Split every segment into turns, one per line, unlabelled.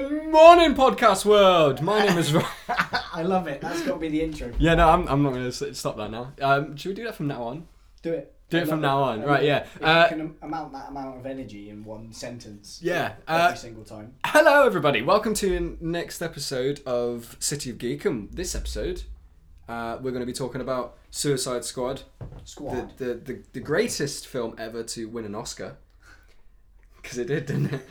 doing, podcast world? My name is. Ro-
I love it. That's got to be the intro.
yeah, no, I'm, I'm not going to stop that now. Um, should we do that from now on?
Do it.
Do
I
it from
love
now on.
I
Right,
love it.
yeah.
If
Uh,
you can am- amount that amount of energy in one sentence.
Yeah,
Every
uh,
single time.
Hello, everybody. Welcome to the next episode of City of Geekum. This episode, uh, we're going to be talking about Suicide Squad, the,
Squad.
the, the, the greatest film ever to win an Oscar. Because it did, didn't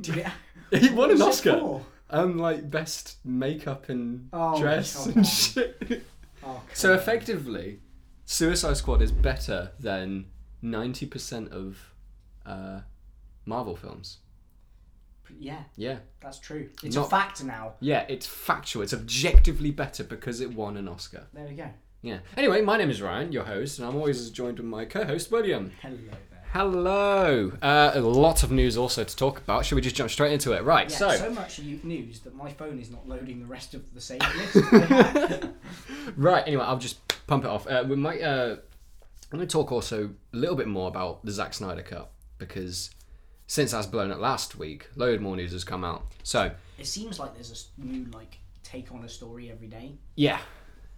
Did it-
it? He won
What was
an
it
Oscar.
for?
Um, like best makeup and
Oh,
dress
come
and
on.
shit.
Oh, come
So
on.
effectively, Suicide Squad is better than ninety percent of uh, Marvel films.
Yeah,
Yeah,
that's true. It's
Not-
a fact now.
yeah, it's factual. It's objectively better because it won an Oscar.
There we go.
Yeah. Anyway, my name is Ryan, your host, and I'm always joined with my co-host William.
Hello there.
Hello. Uh, a lot of news also to talk about. Should we just jump straight into it? Right.
Yeah,
so,
so, much you- news that my phone is not loading the rest of the saved list. I have.
right. Anyway, I'll just pump it off. Uh, we might. Uh, I'm going to talk also a little bit more about the Zack Snyder cut because since that's blown up last week, load more news has come out. So
it seems like there's a s- new like take on a story every day.
yeah,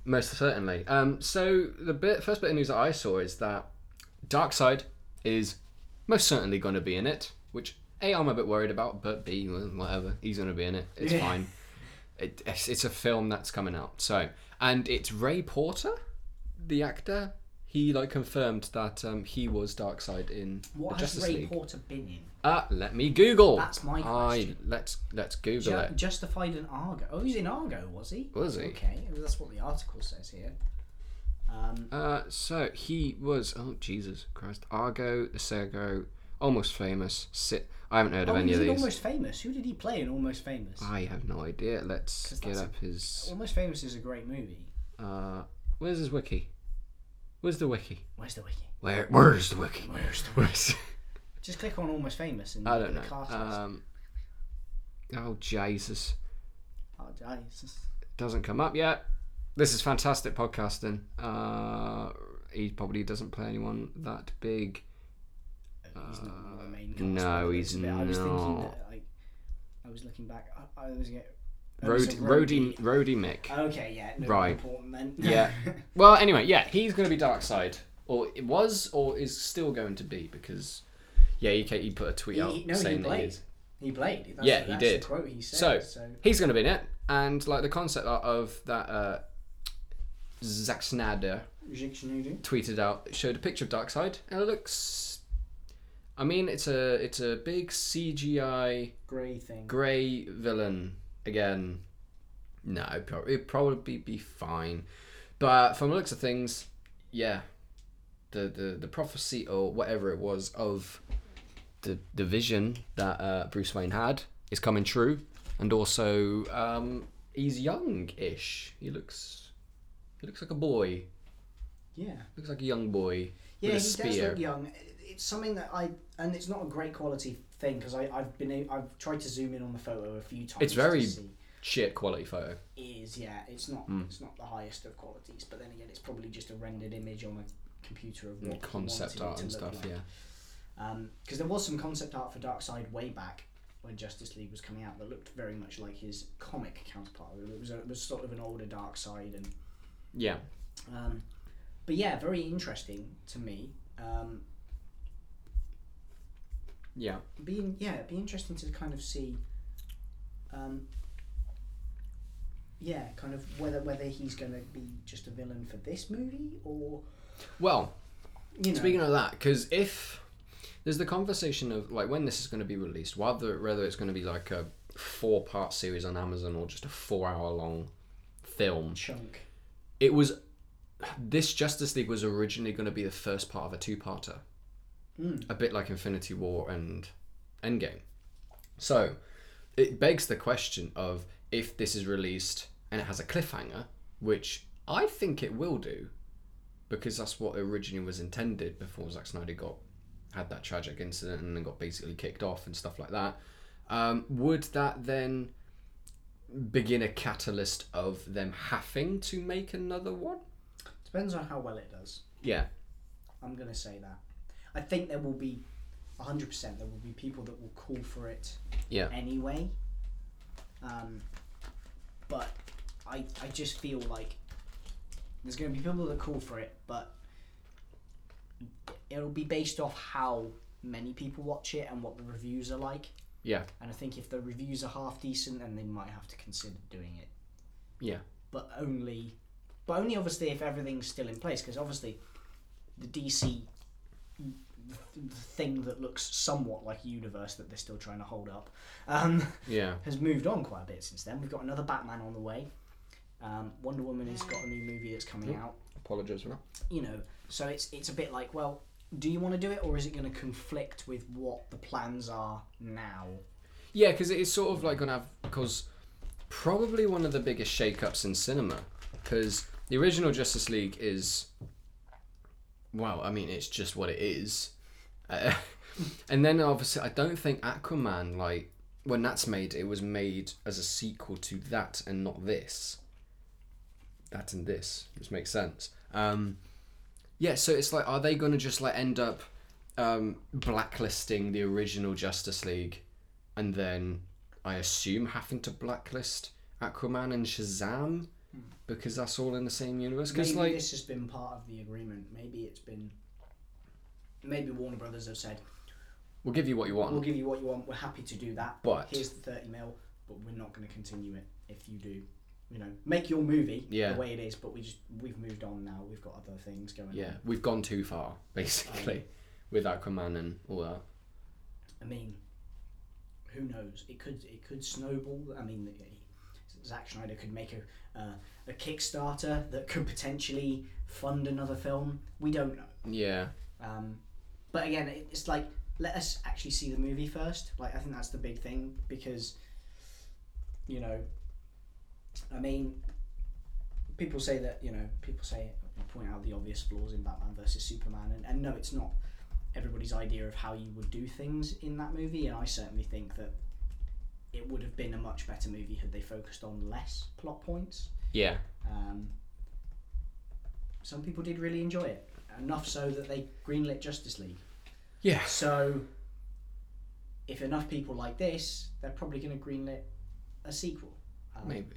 most certainly. Um, so the bit, first bit of news that I saw is that Darkseid is most certainly going to be in it, which a I'm a bit worried about, but b well, whatever, he's going to be in it. It's
Yeah.
fine. It, it's, it's a film that's coming out. So and it's Ray Porter, the actor. He like confirmed that um, he was Darkseid in
What
the
has
Justice
Ray
League.
Porter been in?
Uh, let me Google.
That's my
I
question.
let's let's Google
Ju-
it.
justified in Argo. Oh, he's in Argo, was he?
Was he?
Okay, well, that's what the article says here. Um,
Uh, so he was. Oh Jesus Christ! Argo, The Sergo, Almost Famous. Sit. I haven't heard
oh,
of any
he's
of
in
these. Uh,
Almost Famous. Who did he play in Almost Famous?
I have no idea. Let's
'Cause
get
that's-
up his.
Almost Famous is a great movie.
Uh, where's his wiki? Where's the wiki?
Where's the wiki?
Where? Where's the wiki? Where's the wiki?
Just click on Almost Famous and
I don't
the
know.
cast list.
Um. Oh Jesus!
Oh, Jesus.
Doesn't come up yet. This is fantastic podcasting. Uh, he probably doesn't play anyone that big.
uh, He's not one of the main cast.
uh, no,
by the
he's
looks of it. I was thinking
not.
that, like, I was looking back. I, I was getting.
Road, Roadie, Roadie Mick.
Okay, yeah. No,
Right.
Important then.
Yeah. Well, anyway, yeah, he's going to be Darkseid, or it was, or is still going to be, because yeah, he, ca- he put a tweet
He-
out
he- E- no, he
saying that he
played.
is.
He played. That's,
Yeah, he
that's
did.
The quote he said,
So-
so
He's going to be in it, and like the concept art of that uh, Zack Snyder
Jake Shenouda.
tweeted out showed a picture of Darkseid, and it looks. I mean, it's a it's a big CGI
grey thing.
grey villain again. No, it'd prob- it'd probably be fine. But from the looks of things, yeah, the the, the prophecy or whatever it was of the the vision that uh, Bruce Wayne had is coming true, and also um, he's young-ish. He looks he looks like a boy.
Yeah.
Looks like a young boy with a
Yeah, he does
spear.
look young. It's something that I, and it's not a great quality thing because I've been, a- I've tried to zoom in on the photo a few times.
It's very-
To see.
Shit quality photo.
It is yeah. It's not,
Hmm.
it's not the highest of qualities, but then again, it's probably just a rendered image on a computer of what he
Concept
wanted it
art
to
and
look
stuff.
like.
Yeah.
because there was some concept art for Darkseid way back when Justice League was coming out that looked very much like his comic counterpart. It was, a, it was sort of an older Darkseid, and
Yeah.
um, but yeah, very interesting to me. Um,
Yeah.
being yeah, it'd be interesting to kind of see. Um, yeah, kind of whether whether he's going to be just a villain for this movie or
Well,
you know.
Speaking of that, because if there's the conversation of like when this is going to be released, whether whether it's going to be like a four part series on Amazon or just a four hour long film,
chunk.
it was this Justice League was originally going to be the first part of a two parter,
Mm.
a bit like Infinity War and Endgame. So it begs the question of if this is released and it has a cliffhanger, which I think it will do, because that's what originally was intended before Zack Snyder got had that tragic incident and then got basically kicked off and stuff like that. Um, would that then begin a catalyst of them having to make another one?
Depends on how well it does.
Yeah,
I'm going to say that. I think there will be 100% there will be people that will call for it
yeah,
anyway. Um, but I, I just feel like there's going to be people that call for it, but it'll be based off how many people watch it and what the reviews are like.
Yeah.
And I think if the reviews are half decent, then they might have to consider doing it.
Yeah.
But only, but only obviously if everything's still in place, because obviously the DC the thing that looks somewhat like a universe that they're still trying to hold up um,
Yeah.
has moved on quite a bit since then. We've got another Batman on the way. Um, Wonder Woman has got a new movie that's coming out.
Apologize for that.
You know, so it's it's a bit like, well, do you want to do it, or is it going to conflict with what the plans are now?
Yeah, because it is sort of like gonna have because probably one of the biggest shake-ups in cinema because the original Justice League is well, I mean, it's just what it is. Uh, and then obviously, I don't think Aquaman like when that's made, it was made as a sequel to that and not this. That and this, which makes sense. Um, yeah, so it's like, are they gonna just like end up um, blacklisting the original Justice League? and then I assume having to blacklist Aquaman and Shazam because that's all in the same universe. Because
Hmm. Maybe
like,
this has been part of the agreement. Maybe it's been. Maybe Warner Brothers have said,
we'll give you what you want.
"We'll give you what you want. We're happy to do that.
But-
here's the thirty mil, but we're not going to continue it if you do." You know, make your movie
Yeah.
the way it is, but we just we've moved on now. We've got other things going on.
yeah, we've gone too far basically with Aquaman and all that.
I mean, who knows? It could it could snowball. I mean, Zack Snyder could make a uh, a Kickstarter that could potentially fund another film. We don't know.
Yeah,
Um, but again, it- it's like let us actually see the movie first. Like I think that's the big thing because you know, I mean, people say that you know people say point out the obvious flaws in Batman versus Superman, and, and no, it's not everybody's idea of how you would do things in that movie, and I certainly think that. It would have been a much better movie had they focused on less plot points.
yeah,
Um, some people did really enjoy it, enough so that they greenlit Justice League.
yeah,
So, if enough people like this, they're probably going to greenlit a sequel, um,
maybe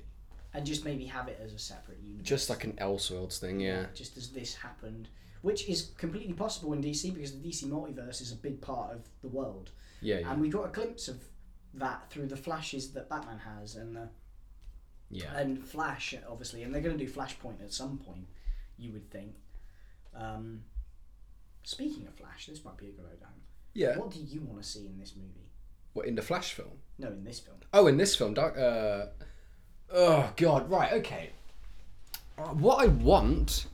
and just maybe have it as a separate universe.
just like an Elseworlds thing. Yeah,
just as this happened, which is completely possible in DC because the DC multiverse is a big part of the world,
yeah, yeah.
and we got a glimpse of that through the flashes that Batman has and the
yeah.
and Flash, obviously, and they're going to do Flashpoint at some point, you would think. Um, speaking of Flash, this might be a good idea.
yeah.
What do you want to see in this movie?
What in the Flash film?
No, in this film.
Oh, in this film, Dark. Uh, oh God! Right. Okay. Uh, What I want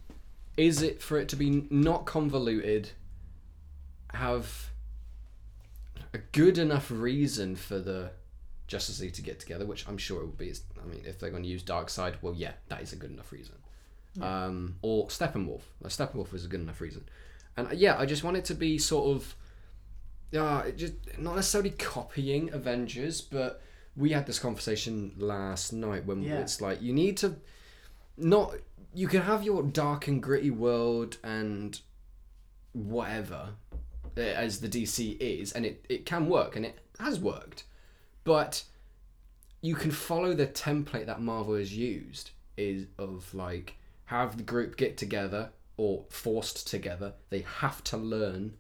is it for it to be n- not convoluted. Have a good enough reason for the Justice League to get together, which I'm sure it will be. It's- I mean, if they're going to use Dark Side, well, yeah, that is a good enough reason. Um, or Steppenwolf. Like, Steppenwolf is a good enough reason. And uh, yeah, I just want it to be sort of yeah, it just not necessarily copying Avengers, but we had this conversation last night when
Yeah.
it's like you need to not you can have your dark and gritty world and whatever eh, as the DC is, and it, it can work and it has worked, but you can follow the template that Marvel has used is of like have the group get together or forced together. They have to learn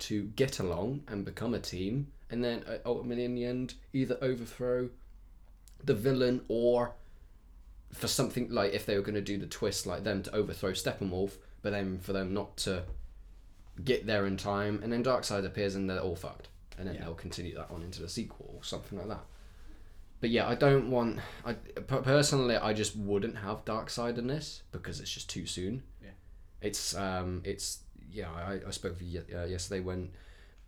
to get along and become a team, and then uh, ultimately in the end either overthrow the villain or for something like if they were going to do the twist like them to overthrow Steppenwolf, but then for them not to get there in time, and then Darkseid appears and they're all fucked, and then
Yeah.
they'll continue that on into the sequel or something like that. But yeah, I don't want. I per- personally, I just wouldn't have Darkseid in this because it's just too soon.
Yeah.
It's um, it's yeah. I, I spoke with you ye- uh, yesterday when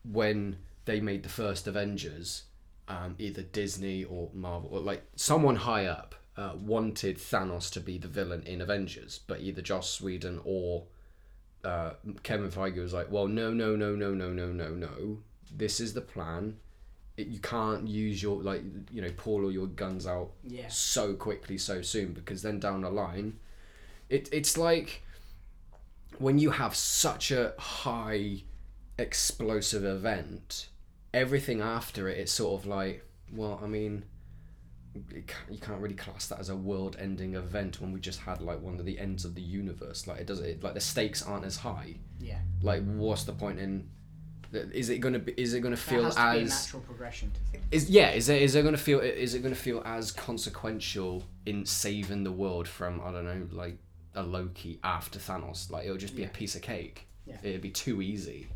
when they made the first Avengers, um, either Disney or Marvel, or like someone high up uh, wanted Thanos to be the villain in Avengers, but either Joss Whedon or uh, Kevin Feige was like, well, no, no, no, no, no, no, no, no. This is the plan. It, you can't use your like you know pull all your guns out
Yeah.
so quickly so soon because then down the line it it's like when you have such a high explosive event everything after it it's sort of like well i mean it ca- you can't really class that as a world-ending event when we just had like one of the ends of the universe. Like it does it like the stakes aren't as high.
Yeah.
Like what's the point in? Is it gonna be? Is it gonna
There
feel
has to be a
as?
natural progression to things.
is yeah is it is it gonna feel is it gonna feel as consequential in saving the world from I don't know like a Loki after Thanos like it'll just be
Yeah.
a piece of cake
Yeah.
it'd be too easy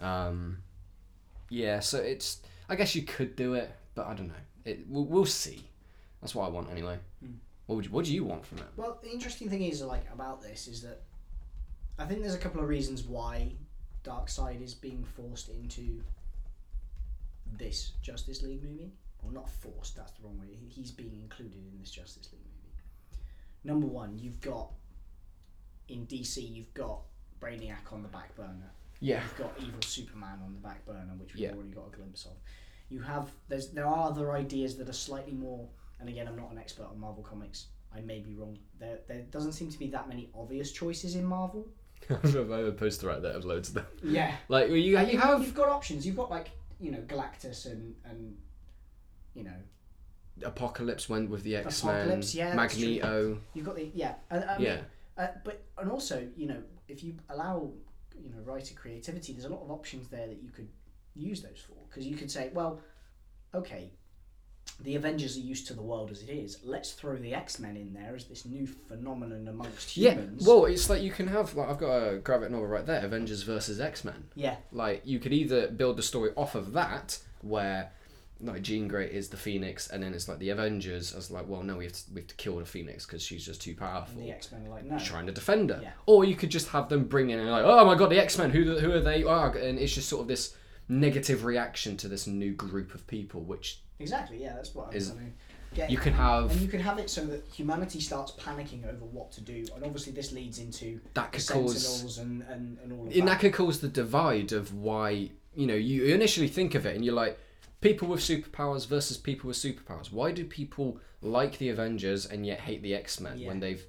um yeah so it's I guess you could do it but I don't know it we'll, we'll see that's what I want anyway
Hmm.
what would you, what do you want from it
Well, the interesting thing is like about this is that I think there's a couple of reasons why Darkseid is being forced into this Justice League movie. Well, not forced. That's the wrong way. He- He's being included in this Justice League movie. Number one, you've got in DC, you've got Brainiac on the back burner.
yeah
You've got evil Superman on the back burner, which we've
Yeah.
already got a glimpse of. You have there's there are other ideas that are slightly more. And again, I'm not an expert on Marvel comics. I may be wrong. There there doesn't seem to be that many obvious choices in Marvel.
I remember a poster right there of loads of them
Yeah,
like well, you, you have
you've got options. You've got like you know Galactus and and you know
Apocalypse went with the X Men
Apocalypse, yeah, that's true.
Magneto
you've got the yeah and, I mean,
yeah
Uh, but and also, you know, if you allow you know writer creativity, there's a lot of options there that you could use those for because you could say, well, okay, the Avengers are used to the world as it is. Let's throw the X Men in there as this new phenomenon amongst humans.
Yeah, well, it's like you can have like I've got a graphic novel right there, Avengers versus X Men.
yeah,
Like you could either build the story off of that, where like Jean Grey is the Phoenix, and then it's like the Avengers as like, well, no, we have to, we have to kill the Phoenix because she's just too powerful.
the X Men are like no.
Trying to defend her,
Yeah.
or you could just have them bring in and like, oh my god, the X Men, who the- who are they? Oh, and it's just sort of this negative reaction to this new group of people, which
Exactly. Yeah, that's what I was
Is-
going to get.
you can have.
and you could have it so that humanity starts panicking over what to do, and obviously this leads into
That
the
could cause-
Sentinels and, and, and all of
and
that.
that could cause the divide of why you know you initially think of it and you're like people with superpowers versus people with superpowers why do people like the avengers and yet hate the x-men
Yeah.
when they've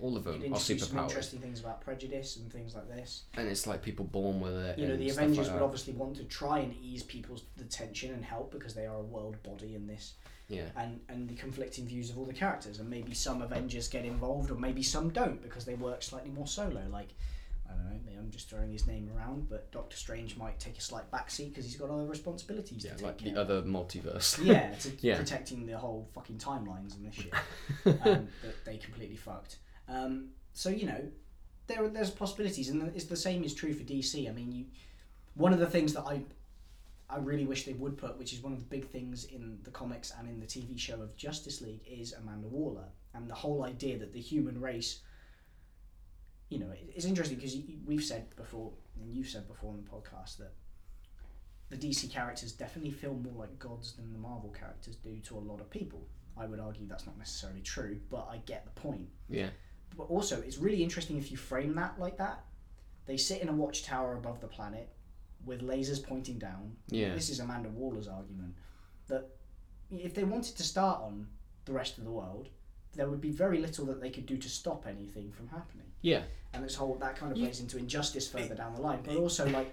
all of
It
them are
introduces some
superpowers
interesting things about prejudice and things like this.
and it's like people born with it
you know
and
the
stuff like
avengers
that.
would obviously want to try and ease people's the tension and help because they are a world body in this
yeah
and and the conflicting views of all the characters and maybe some avengers get involved or maybe some don't because they work slightly more solo like I don't know. maybe I'm just throwing his name around, but Doctor Strange might take a slight backseat because he's got other responsibilities
yeah
to take
like
care
the
of.
other multiverse
Yeah, to
Yeah.
protecting the whole fucking timelines and this shit um, that they completely fucked. Um, so you know, there are, there's possibilities, and it's the same is true for DC. I mean, you one of the things that I I really wish they would put, which is one of the big things in the comics and in the TV show of Justice League, is Amanda Waller and the whole idea that the human race. You know, it- it's interesting because we've said before, and you've said before on the podcast that the DC characters definitely feel more like gods than the Marvel characters do to a lot of people. I would argue that's not necessarily true, but I get the point.
yeah
But also, it's really interesting if you frame that like that. They sit in a watchtower above the planet with lasers pointing down.
yeah
This is Amanda Waller's argument that if they wanted to start on the rest of the world, there would be very little that they could do to stop anything from happening
yeah
and this whole that kind of plays into injustice further down the line. But also, like,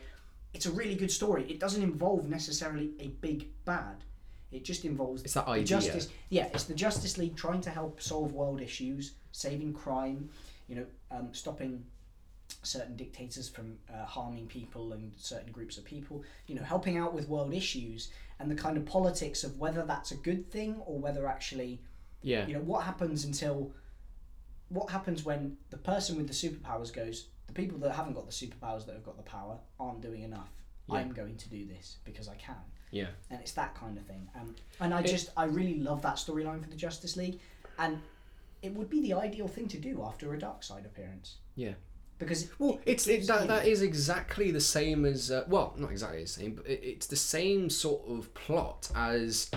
it's a really good story. It doesn't involve necessarily a big bad. It just involves
it's that
the
idea
justice. Yeah, it's the Justice League trying to help solve world issues, saving crime, you know, um, stopping certain dictators from uh, harming people and certain groups of people. You know, helping out with world issues and the kind of politics of whether that's a good thing or whether actually
yeah
you know what happens until what happens when the person with the superpowers goes the people that haven't got the superpowers that have got the power aren't doing enough
Yeah.
i'm going to do this because i can
yeah
and it's that kind of thing um, and i just i really love that storyline for the justice league and it would be the ideal thing to do after a dark side appearance
Yeah.
because
Well, it's it,
you
that,
know,
that is exactly the same as uh, well, not exactly the same, but it, it's the same sort of plot as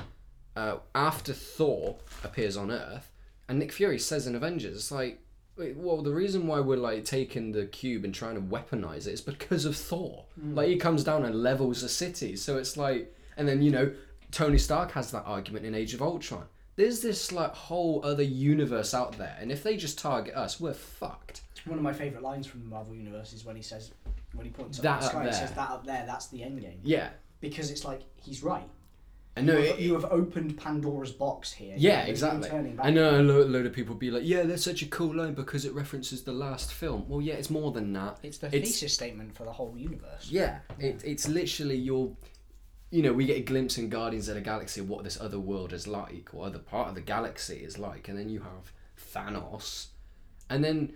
uh, after Thor appears on Earth, and Nick Fury says in Avengers, it's like, wait, well, the reason why we're like taking the cube and trying to weaponize it is because of Thor. Like he comes down and levels a city, so it's like, and then you know, Tony Stark has that argument in Age of Ultron. There's this like whole other universe out there, and if they just target us, we're fucked.
one of my favorite lines from the marvel universe is when he says when he points up
That
at the
up
sky and
there.
says that up there that's the end game
Yeah,
because it's like he's right
I know.
you,
it-
have, you have opened Pandora's box here.
yeah,
There's no
exactly.
turning back.
I know a lo- load of people be like, "Yeah, that's such a cool line because it references the last film." Well, yeah, it's more than that.
It's the
It's-
thesis statement for the whole universe.
Yeah, it, it's literally your. You know, we get a glimpse in Guardians of the Galaxy of what this other world is like, or other part of the galaxy is like, and then you have Thanos, and then,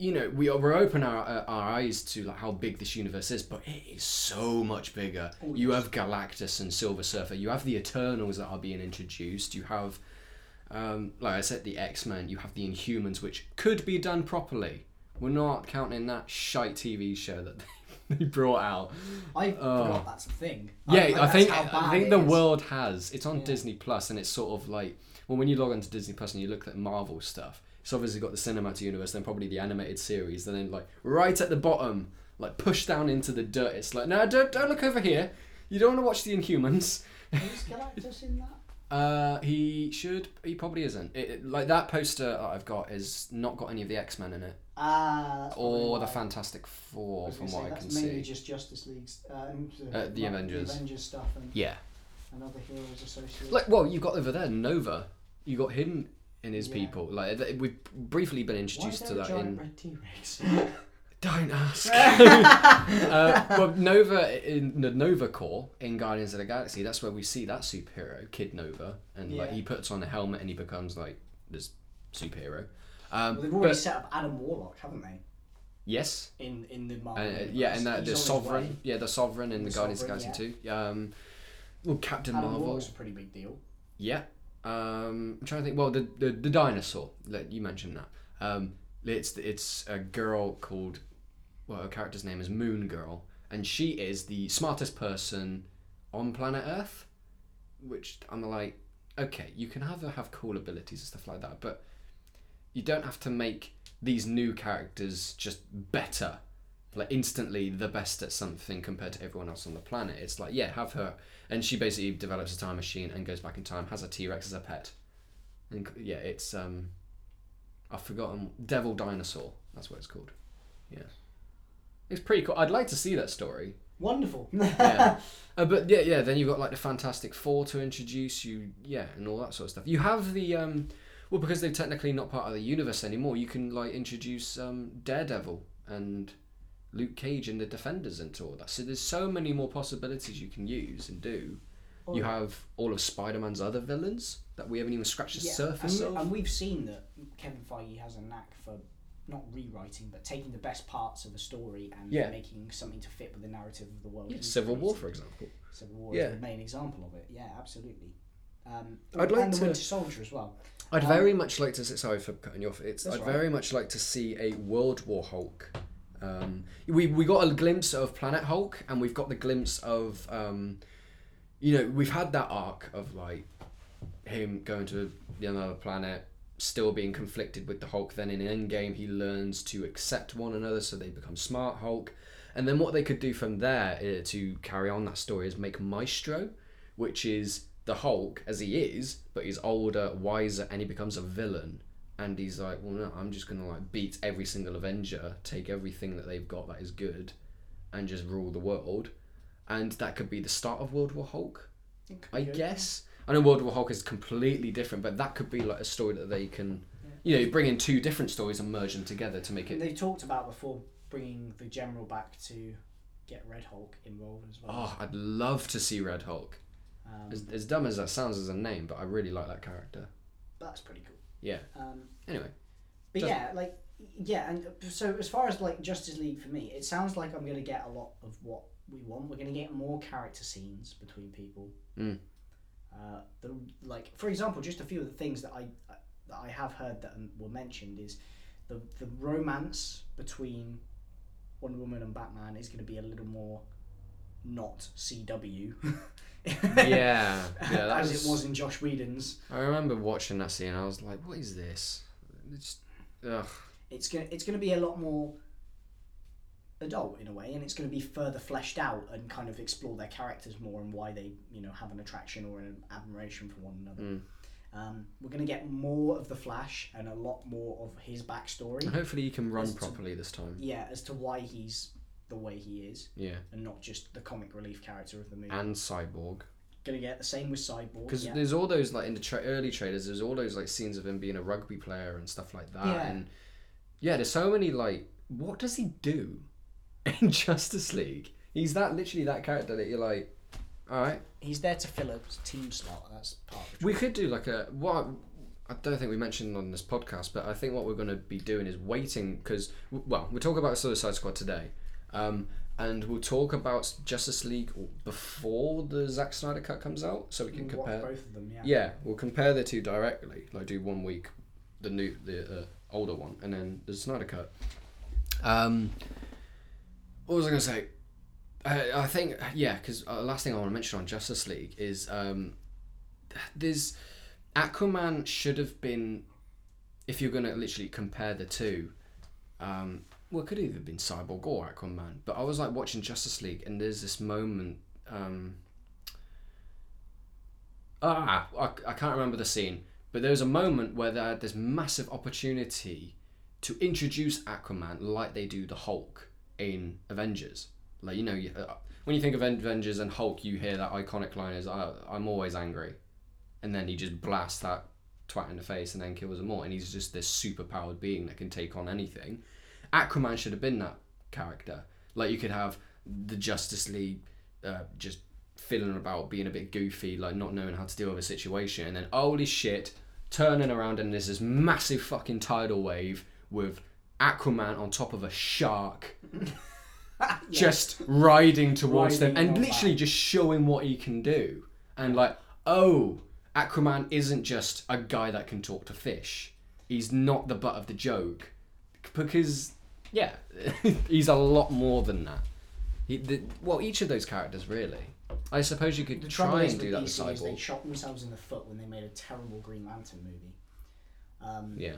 you know, we we open our uh, our eyes to like how big this universe is, but it is so much bigger.
Oh,
You have Galactus and Silver Surfer. You have the Eternals that are being introduced. You have, um, like I said, the X Men. You have the Inhumans, which could be done properly. We're not counting that shite TV show that they brought out.
I
Oh.
forgot that's a thing.
Yeah, I,
that's
think
how
I
bad
think
it
the
is.
world has. It's on Disney Plus, and it's sort of like well, when you log onto Disney Plus and you look at Marvel stuff, it's obviously got the cinematic universe, then probably the animated series, and then like right at the bottom, like pushed down into the dirt. It's like no, don't don't look over here. You don't want to watch the Inhumans.
Is Galactus in that?
Uh, he should. He probably isn't. It, it- like that poster that I've got is not got any of the X Men in it
Ah, that's probably
or the
why.
Fantastic
I
Four,
was
from
gonna
what
say,
I
that's
can
mainly
see.
just Justice League's uh, um,
the
like,
Avengers.
the Avengers stuff, and,
Yeah.
and other heroes associated.
Like, well, you've got over there Nova. You got him and his
Yeah.
people. Like, th- we've briefly been
Why is
introduced to
there a
that
giant
in.
red T-Rex?
Don't ask. uh, well, Nova in the Nova Corps in Guardians of the Galaxy. That's where we see that superhero Kid Nova, and like
Yeah.
he puts on a helmet and he becomes like this superhero. Um,
well, they've already
but-
set up Adam Warlock, haven't they?
yes,
In in the
Uh,
Marvel.
uh,
universe.
yeah, and that,
He's
the
on his
Sovereign.
way.
Yeah, the Sovereign in the,
The
Guardians of the
Sovereign,
Galaxy too. Um, well, Captain
Adam
Marvel.
Warlock's a pretty big deal.
Yeah. Um, I'm trying to think. Well, the the, the dinosaur. Like, you mentioned that. Um, it's it's a girl called. Well, her character's name is Moon Girl, and she is the smartest person on planet Earth. Which I'm like, okay, you can have her have cool abilities and stuff like that, but you don't have to make these new characters just better like instantly the best at something compared to everyone else on the planet it's like yeah have her and she basically develops a time machine and goes back in time has a t-rex as a pet and c- yeah it's um i've forgotten devil dinosaur that's what it's called yeah it's pretty cool i'd like to see that story
Wonderful.
yeah. Uh, but yeah, yeah. Then you've got like the Fantastic Four to introduce you, yeah, and all that sort of stuff. You have the um, well, because they're technically not part of the universe anymore. You can like introduce um, Daredevil and Luke Cage and the Defenders into all that. So there's so many more possibilities you can use and do. You have all of Spider-Man's other villains that we haven't even scratched the
Yeah,
surface
and,
of.
we- and we've seen that Kevin Feige has a knack for not rewriting, but taking the best parts of a story and
Yeah.
making something to fit with the narrative of the world.
Yeah,
he's
Civil War,
created.
for example.
Civil War
Yeah.
is the main example of it. Yeah, absolutely. Um,
I'd like
and
to-
the Winter Soldier as well.
I'd
Um,
very much like to. Sorry for cutting you off. It's.
That's
I'd
all right.
very much like to see a World War Hulk. Um, we we got a glimpse of Planet Hulk, and we've got the glimpse of, um, you know, we've had that arc of like him going to the another planet, still being conflicted with the Hulk. Then in Endgame, he learns to accept one another, so they become Smart Hulk. And then what they could do from there uh, to carry on that story is make Maestro, which is the Hulk as he is, but he's older, wiser, and he becomes a villain. And he's like, well, no, I'm just gonna like beat every single Avenger, take everything that they've got that is good, and just rule the world. And that could be the start of World War Hulk. I guess. I know World War Hulk is completely different, but that could be like a story that they can, you know, bring in two different stories and merge them together to make
And
it.
they talked about before bringing the General back to get Red Hulk involved as well.
Oh, I'd love to see Red Hulk.
Um,
As, as dumb as that sounds as a name, but I really like that character.
that's pretty cool.
Yeah.
Um,
Anyway,
But
Doesn't-
yeah, like yeah, and so as far as like Justice League for me, it sounds like I'm gonna get a lot of what we want. We're gonna get more character scenes between people.
Mm.
Uh, the like, for example, just a few of the things that I that I have heard that um, were mentioned is the the romance between Wonder Woman and Batman is gonna be a little more not CW.
yeah, yeah, that
as it was in Josh Whedon's.
I remember watching that scene. I was like, "What is this?" It's, ugh.
it's gonna it's gonna be a lot more adult in a way, and it's gonna be further fleshed out and kind of explore their characters more and why they you know have an attraction or an admiration for one another.
Mm.
Um, we're gonna get more of the Flash and a lot more of his
And
backstory.
hopefully, he can run
It's-
properly this time.
yeah, as to why he's the way he is,
Yeah,
and not just the comic relief character of the movie.
and Cyborg.
gonna get. The same with Cyborg.
Because
yeah.
there's all those like in the tra- early trailers, there's all those like scenes of him being a rugby player and stuff like that.
Yeah.
And yeah, there's so many like, what does he do in Justice League? He's that literally that character that you're like, all right,
He's there to fill a team slot. and That's part of it.
we could do like a what. I don't think we mentioned on this podcast, but I think what we're going to be doing is waiting because, well, we'll talk about Suicide Squad today, um, and we'll talk about Justice League before the Zack Snyder cut comes out, so we can
Watch
compare.
both of them. Yeah.
Yeah, we'll compare the two directly. Like do one week, the new, the uh, older one, and then the Snyder cut. Um, what was I gonna say? I, I think yeah, because uh, last thing I want to mention on Justice League is um, there's Aquaman should have been, if you're gonna literally compare the two, um, well, it could either have been Cyborg or Aquaman. But I was like watching Justice League, and there's this moment. Um, ah, I, I can't remember the scene, but there was a moment where they had this massive opportunity to introduce Aquaman like they do the Hulk in Avengers. Like you know, you, uh, when you think of Avengers and Hulk, you hear that iconic line is "I- "I'm always angry," and then he just blasts that twat in the face and then kills them all, and he's just this superpowered being that can take on anything. Aquaman should have been that character. Like you could have the Justice League uh, just fiddling about, being a bit goofy, like not knowing how to deal with a situation, and then holy shit, turning around and there's this massive fucking tidal wave with Aquaman on top of a shark, just riding towards
Riding
them and
on
literally just showing what he can do, and like oh. Aquaman isn't just a guy that can talk to fish. He's not the butt of the joke because yeah, he's a lot more than that. He, the, well, each of those characters really. I suppose you could
The trouble
try
is
and
with
do that with
DC is they
Cyborg.
shot themselves in the foot when they made a terrible Green Lantern movie. Um,
Yeah,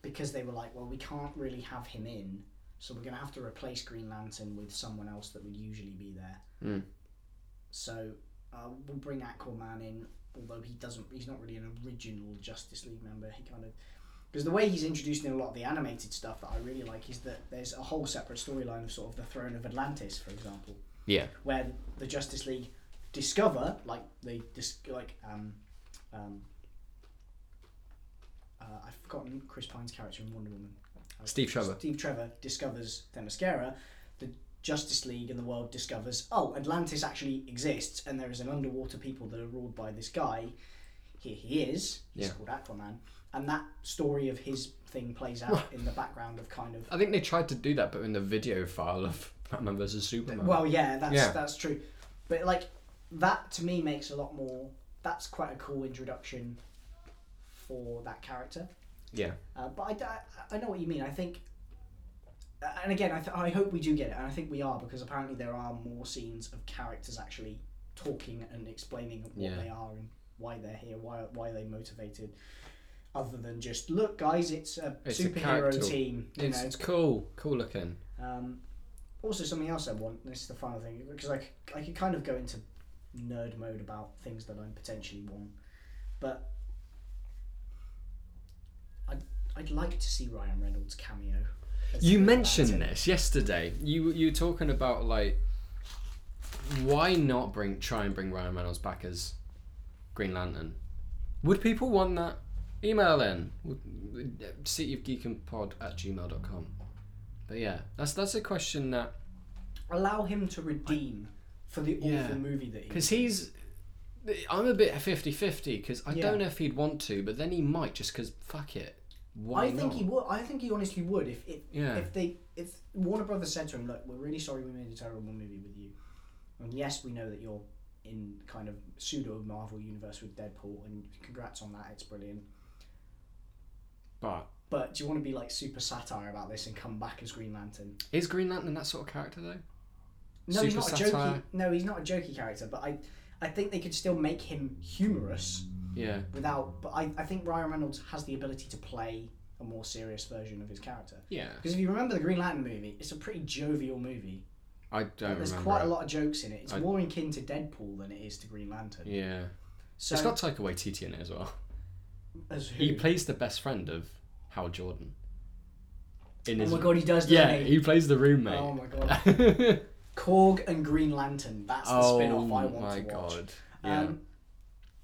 because they were like, well, we can't really have him in, so we're going to have to replace Green Lantern with someone else that would usually be there.
Mm.
So uh, we'll bring Aquaman in, although he doesn't. He's not really an original Justice League member. He kind of because the way he's introduced in a lot of the animated stuff that I really like is that there's a whole separate storyline of sort of the Throne of Atlantis, for example
yeah,
where the Justice League discover, like they dis- like um, um, uh, I've forgotten Chris Pine's character in Wonder Woman. Uh,
Steve Trevor.
Steve Trevor discovers Themyscira. The Justice League and the world discovers, oh, Atlantis actually exists, and there is an underwater people that are ruled by this guy. Here he is. He's
Yeah.
called Aquaman, and that story of his thing plays out in the background of kind of
I think they tried to do that, but in the video file of Batman versus Superman.
Well, yeah, that's
Yeah.
that's true. But like that to me makes a lot more. That's quite a cool introduction for that character.
yeah,
Uh, but I, I- I know what you mean. I think, and again, I, th- I hope we do get it, and I think we are because apparently there are more scenes of characters actually talking and explaining what
Yeah.
they are and why they're here, why why they motivated, other than just look, guys, it's a
It's a
superhero
character.
team. You
it's,
know,
it's cool, cool looking.
um, also, something else I want. and This is the final thing because I, c- I could kind of go into nerd mode about things that I potentially want, but I'd I'd like to see Ryan Reynolds cameo. as
You
Green
mentioned
Lantern.
this yesterday. You you were talking about like why not bring try and bring Ryan Reynolds back as Green Lantern? Would people want that? Email in cityofgeekandpod at gmail.com. But yeah, that's that's a question that
Allow him to redeem for the awful
Yeah.
movie that he.
because he's I'm a bit 50-50 because I
Yeah.
don't know if he'd want to, but then he might just because fuck it. Why
I think
not?
he would. I think he honestly would if if,
Yeah.
if they if Warner Brothers said to him, "Look, we're really sorry we made a terrible movie with you, and yes, we know that you're in kind of pseudo Marvel universe with Deadpool, and congrats on that, it's brilliant.
But
But do you want to be like super satire about this and come back as Green Lantern?
is Green Lantern that sort of character though?
No,
Super
he's not a jokey.
satire.
No, he's not a jokey character. But I, I think they could still make him humorous
Yeah.
without. But I, I think Ryan Reynolds has the ability to play a more serious version of his character.
Yeah.
Because if you remember the Green Lantern movie, it's a pretty jovial movie.
I don't
There's
remember.
quite
it.
a lot of jokes in it. It's
I-
more in kin to Deadpool than it is to Green Lantern.
Yeah.
So
it's got Taika Waititi in it as well.
as who?
He plays the best friend of Hal Jordan. In
oh
his,
my god, Oh he does.
yeah,
doesn't he?
he plays the roommate.
Oh my god, Korg and Green Lantern. That's the
Oh
spin-off I want
my
to watch.
god! Yeah.
Um,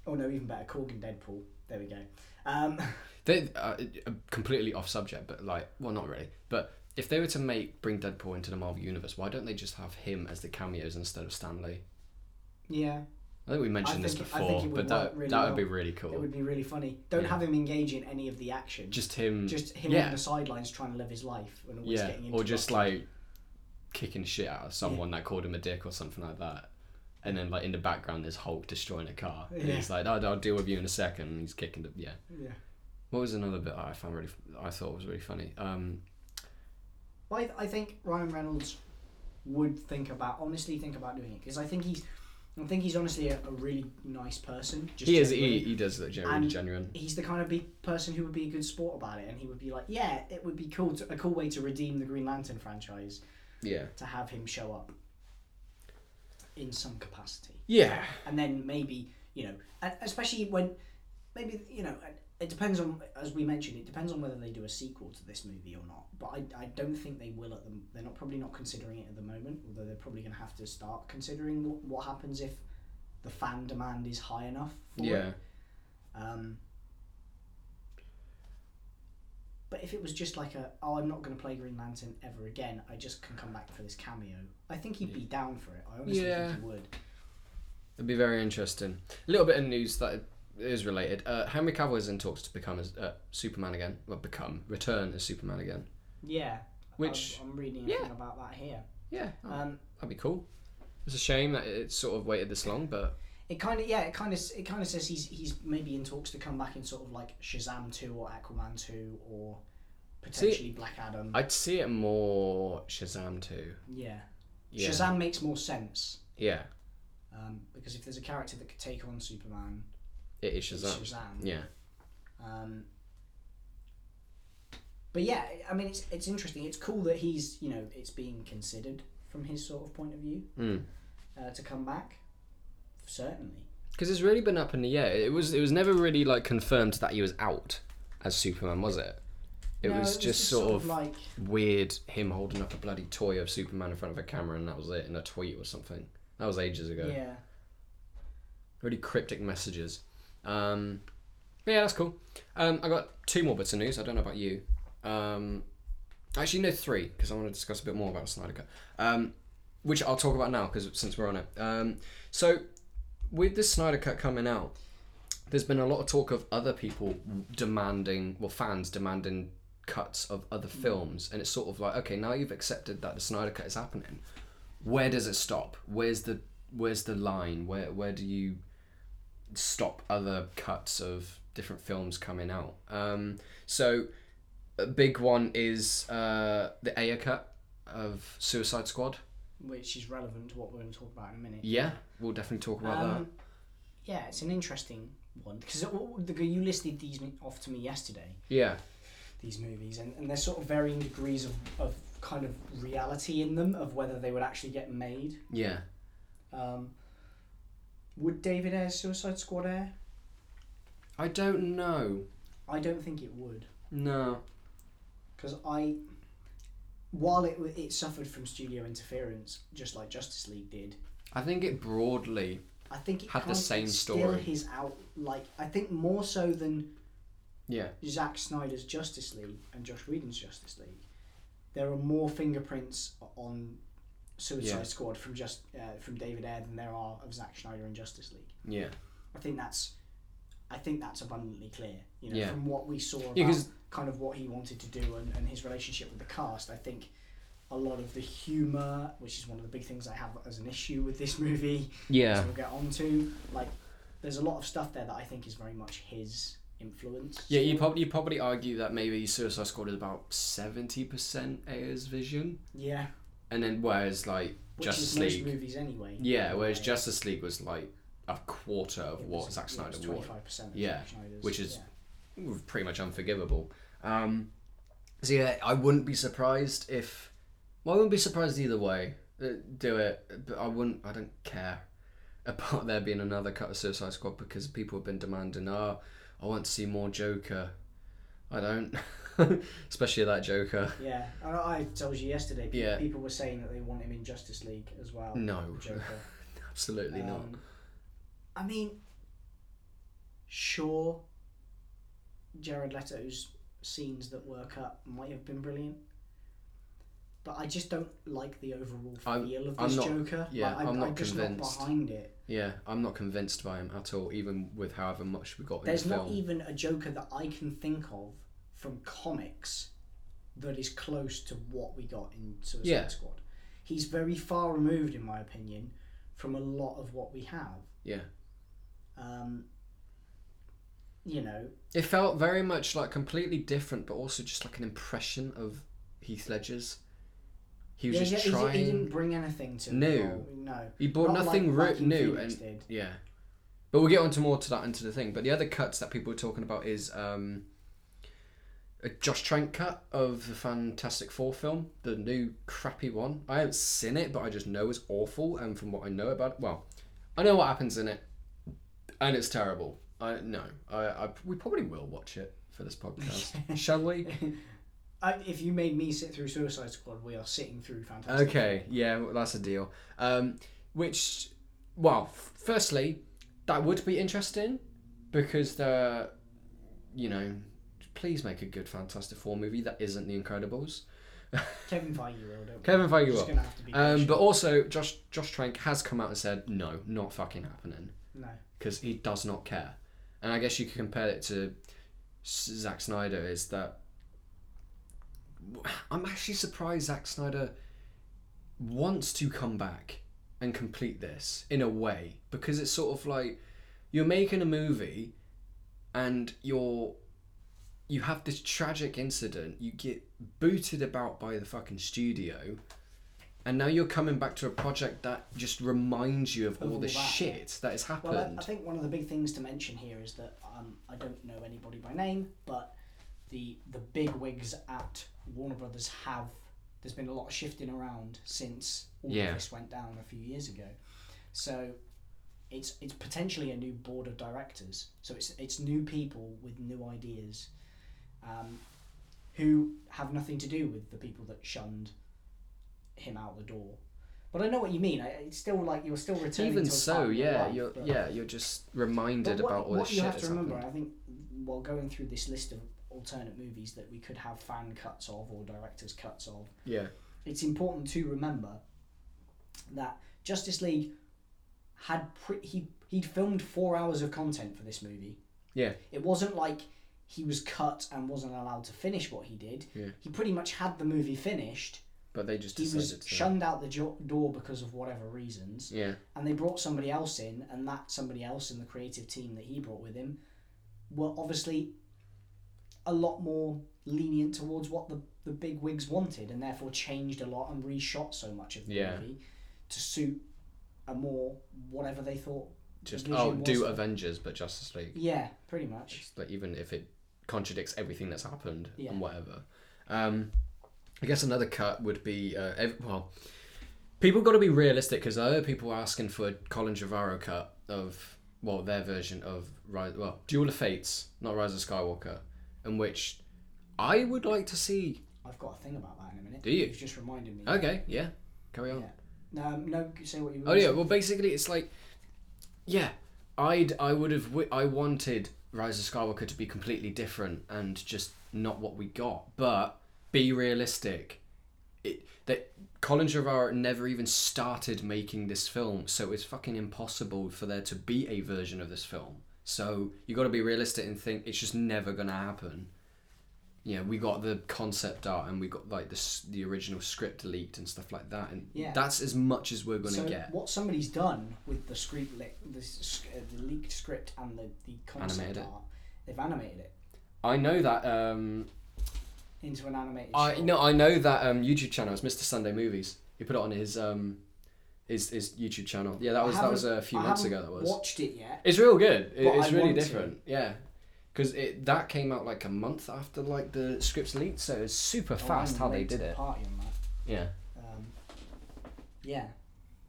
oh no, even better, Korg and Deadpool. There we go. Um,
They uh, uh, completely off subject, but like, well, not really. But if they were to make bring Deadpool into the Marvel universe, why don't they just have him as the cameos instead of Stanley?
yeah,
I think we mentioned this
think it- I
before,
think it
but
would
that
work really
that would
well.
be really
it
cool.
would be really funny. Don't
Yeah.
have him engage in any of the action. Just,
Just him.
him
yeah.
on the sidelines trying to live his life and always
yeah,
getting into
or just
boxing.
like kicking shit out of someone that called him a dick or something like that. And then, like in the background, there's Hulk destroying a car. And
Yeah.
he's like, "Oh, "I'll deal with you in a second. And he's kicking the yeah.
Yeah.
What was another bit I found really, I thought was really funny? Um,
Well, I, th- I think Ryan Reynolds would think about honestly think about doing it because I think he's I think he's honestly a, a really nice person. Just
he is
generally.
he, he does look genuine,
And-
genuine.
He's the kind of big person who would be a good sport about it, and he would be like, "Yeah, it would be cool to, a cool way to redeem the Green Lantern franchise
Yeah,
to have him show up in some capacity."
yeah,
and then maybe you know and especially when maybe you know and it depends on as we mentioned it depends on whether they do a sequel to this movie or not but i, I don't think they will at the they're not probably not considering it at the moment although they're probably going to have to start considering what, what happens if the fan demand is high enough for
yeah.
it um but if it was just like a oh i'm not going to play green lantern ever again i just can come back for this cameo i think he'd be down for it i honestly
Yeah.
think he would
It'd be very interesting. A little bit of news that is related. Uh, Henry Cavill is in talks to become as uh, Superman again. Well, become return as Superman again.
yeah
Which-
I'm, I'm reading
yeah.
anything about that here
Yeah, oh,
Um,
that'd be cool. It's a shame that it's sort of waited this long, but
it kind of yeah, it kind of it kind of says he's he's maybe in talks to come back in sort of like Shazam two or Aquaman two or potentially Black Adam.
I'd see it more Shazam too.
yeah.
Yeah.
Shazam makes more sense
Yeah,
um, because if there's a character that could take on Superman,
it is
it's
Shazam.
Shazam.
Yeah,
Um, but yeah, I mean it's it's interesting. It's cool that he's you know it's being considered from his sort of point of view
because
uh, to come back. Certainly.
it's really been up in the air. It was it was never really like confirmed that he was out as Superman, was it? It
No,
was just sort, of
like
weird him holding up a bloody toy of Superman in front of a camera and that was it in a tweet or something. That was ages ago.
yeah.
Really cryptic messages. Um, but yeah, that's cool. Um, I got two more bits of news. I don't know about you. Um, actually, no, three because I want to discuss a bit more about Snyder Cut, um, which I'll talk about now because since we're on it. Um, so with this Snyder Cut coming out, there's been a lot of talk of other people demanding, well, fans demanding cuts of other films, and it's sort of like, okay, now you've accepted that the Snyder Cut is happening. Where does it stop? Where's the where's the line? Where where do you stop other cuts of different films coming out? Um, so a big one is uh, the Aya cut of Suicide Squad.
which is relevant to what we're going to talk about in a minute.
Yeah, we'll definitely talk about that.
Um, yeah, it's an interesting one because you listed these m- off to me yesterday.
Yeah,
These movies, and, and there's sort of varying degrees of, of kind of reality in them of whether they would actually get made.
yeah.
Um, would David Ayer's Suicide Squad air?
I don't know.
I don't think it would
No.
because I, while it wa- it suffered from studio interference, just like Justice League did,
I think it broadly.
I think it
Had the
kind of-
same
it's Still,
story.
his out like I think more so than
Yeah.
Zack Snyder's Justice League and Josh Whedon's Justice League, there are more fingerprints on Suicide
Yeah.
Squad from just uh, from David Ayer than there are of Zack Snyder and Justice League.
Yeah.
I think that's, I think that's abundantly clear. You know,
Yeah.
from what we saw about
Yeah, 'cause-
kind of what he wanted to do and, and his relationship with the cast. I think a lot of the humor, which is one of the big things I have as an issue with this movie,
Yeah.
which we'll get onto. Like, there's a lot of stuff there that I think is very much his influence.
Yeah, you probably you probably argue that maybe Suicide Squad is about seventy percent Aya's vision,
Yeah.
and then whereas like
Which
Justice
is most
League,
movies anyway.
yeah, whereas
Anyway,
Justice League was like a quarter of
it
what
was-
Zack
yeah, it
Snyder
was
wanted.
25% of
Yeah,
Zack Snyder's,
which is-
yeah.
pretty much unforgivable. Um, so yeah, I wouldn't be surprised if. Well, I wouldn't be surprised either way. Uh, do it, but I wouldn't. I don't care about there being another cut of Suicide Squad because people have been demanding. Oh, I want to see more Joker. I don't, especially that Joker.
Yeah, and I I told you yesterday. pe-
Yeah.
people were saying that they want him in Justice League as well.
No,
Joker.
absolutely not.
Um, I mean, sure, Jared Leto's scenes that work up might have been brilliant, but I just don't like the overall
I'm-
feel of
I'm
this
not-
Joker.
yeah,
like,
I'm not
just
convinced.
not behind it.
Yeah, I'm not convinced by him at all, even with however much we got
There's
in the
not
film.
even a Joker that I can think of from comics that is close to what we got in Suicide
Yeah.
Squad. He's very far removed, in my opinion, from a lot of what we have.
Yeah.
Um, you know,
It felt very much like completely different, but also just like an impression of Heath Ledger's. He was
yeah,
just
yeah, he-
trying.
he, didn't bring anything to
No.
the role. No,
He brought
Not
nothing
like
ri-
Joaquin
new,
Phoenix
and
did.
yeah. But we'll get onto more to that into the thing. But the other cuts that people were talking about is um, a Josh Trank cut of the Fantastic Four film, the new crappy one. I haven't seen it, but I just know it's awful. And from what I know about it, well, I know what happens in it, and it's terrible. I no, I, I we probably will watch it for this podcast, shall we?
I, Uh, if you made me sit through Suicide Squad, we are sitting through Fantastic.
Okay, yeah, well, that's a deal. Um, which, well, f- firstly, that would be interesting because the, you know, please make a good Fantastic Four movie that isn't The Incredibles.
Kevin Feige will, don't
Kevin Feige
we? Just
will.
gonna have to be.
Um,
patient.
but also, Josh Josh Trank has come out and said no, not fucking happening
no,
because he does not care. And I guess you could compare it to S- Zack Snyder is that I'm actually surprised Zack Snyder wants to come back and complete this in a way because it's sort of like you're making a movie and you're you have this tragic incident you get booted about by the fucking studio and now you're coming back to a project that just reminds you of all
all
the
that, yeah.
shit that has happened
Well, I, I think one of the big things to mention here is that um, I don't know anybody by name, but the the big wigs at Warner Brothers have. There's been a lot of shifting around since all of
Yeah.
this went down a few years ago, so it's it's potentially a new board of directors. So it's it's new people with new ideas, um, who have nothing to do with the people that shunned him out the door. But I know what you mean. I- It's still like you're still returning.
even
to a
so
part of your
yeah
life,
you're
but-
yeah you're just
but
reminded
what,
about all
what
this
you
shit
have
that's
to remember,
happened
I think, while going through this list of alternate movies that we could have fan cuts of or directors cuts of,
yeah
it's important to remember that Justice League had pre- he he'd filmed four hours of content for this movie.
yeah
It wasn't like he was cut and wasn't allowed to finish what he did.
Yeah.
He pretty much had the movie finished.
but they just
He
decided
was
to
shunned out the jo- door because of whatever reasons
yeah
and they brought somebody else in, and that somebody else in the creative team that he brought with him were obviously a lot more lenient towards what the, the big wigs wanted, and therefore changed a lot and reshot so much of the
Yeah.
movie to suit a more whatever they thought. the
just
vision
oh
was.
do Avengers but Justice League
yeah, pretty much.
It's like even if it contradicts everything that's happened
Yeah.
and whatever. Um, I guess another cut would be uh, ev- well, people got to be realistic because I heard people asking for a Colin Trevorrow cut of well their version of Rise, well Duel of Fates, not Rise of Skywalker, in which I would like to see.
I've got a thing about that in a minute.
Do you?
You've just reminded me.
Okay, yeah, carry on.
Yeah. No, um, no, say what you. were
Oh yeah,
saying.
well basically it's like, yeah, I'd I would have wi- I wanted Rise of Skywalker to be completely different and just not what we got, but be realistic. It that Colin Trevorrow never even started making this film, so it's fucking impossible for there to be a version of this film. So you got to be realistic and think it's just never gonna happen. Yeah, we got the concept art and we got like the s- the original script leaked and stuff like that, and
Yeah.
that's as much as we're gonna
so
get.
what somebody's done with the script, le- the, s- uh, the leaked script, and the the concept
Animated it.
art, they've animated it
I know that. Um,
into an animated.
I
short.
no, I know that um, YouTube channel. It's Mr. Sunday Movies. He put it on his um, his his YouTube channel. Yeah, that
I
was that was
haven't-
a few
I
months
haven't
ago. That was.
watched it yet.
It's real good. It,
But
it's
I
really
want to.
different. Yeah. 'Cause Yeah, because it that came out like a month after like the scripts leaked, so it's super
Oh,
fast
I'm
how they
late to
did
the
it.
Party on that.
Yeah.
Um, yeah,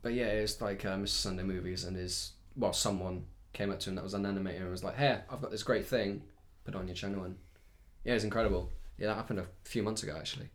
But yeah, it's like uh, Mr. Sunday Movies and his well, someone came up to him that was an animator and was like, "Hey, I've got this great thing, put it on your channel." And yeah, it's incredible. Yeah, that happened a few months ago actually.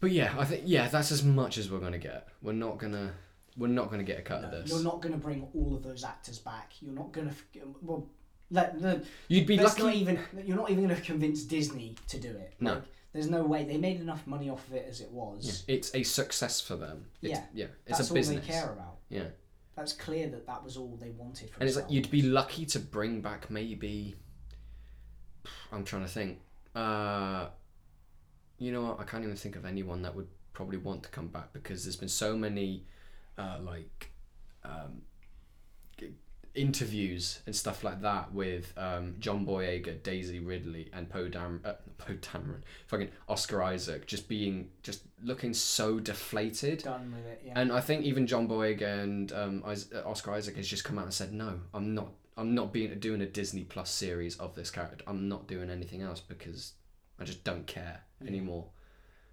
But yeah, I think yeah, that's as much as we're gonna get. We're not gonna We're not going to get a cut of
No,
this.
you're not going to bring all of those actors back. You're not going to. Well, let, let,
You'd be
That's
lucky.
not even you're not even going to convince Disney to do it.
No.
Like, there's no way they made enough money off of it as it was.
Yeah, it's a success for them. It's,
Yeah.
yeah, it's
That's
a
all
business.
they care about.
Yeah,
That's clear that that was all they wanted from.
and it's like
Star
you'd
Wars.
be lucky to bring back maybe. I'm trying to think. Uh, you know what? I can't even think of anyone that would probably want to come back because there's been so many, uh, like, um, g- interviews and stuff like that with um, John Boyega, Daisy Ridley, and Poe Dam- uh, Poe Dameron, fucking Oscar Isaac, just being just looking so deflated.
done with it. Yeah.
And I think even John Boyega and um, Is- uh, Oscar Isaac has just come out and said, "No, I'm not. I'm not being doing a Disney Plus series of this character. I'm not doing anything else because I just don't care anymore."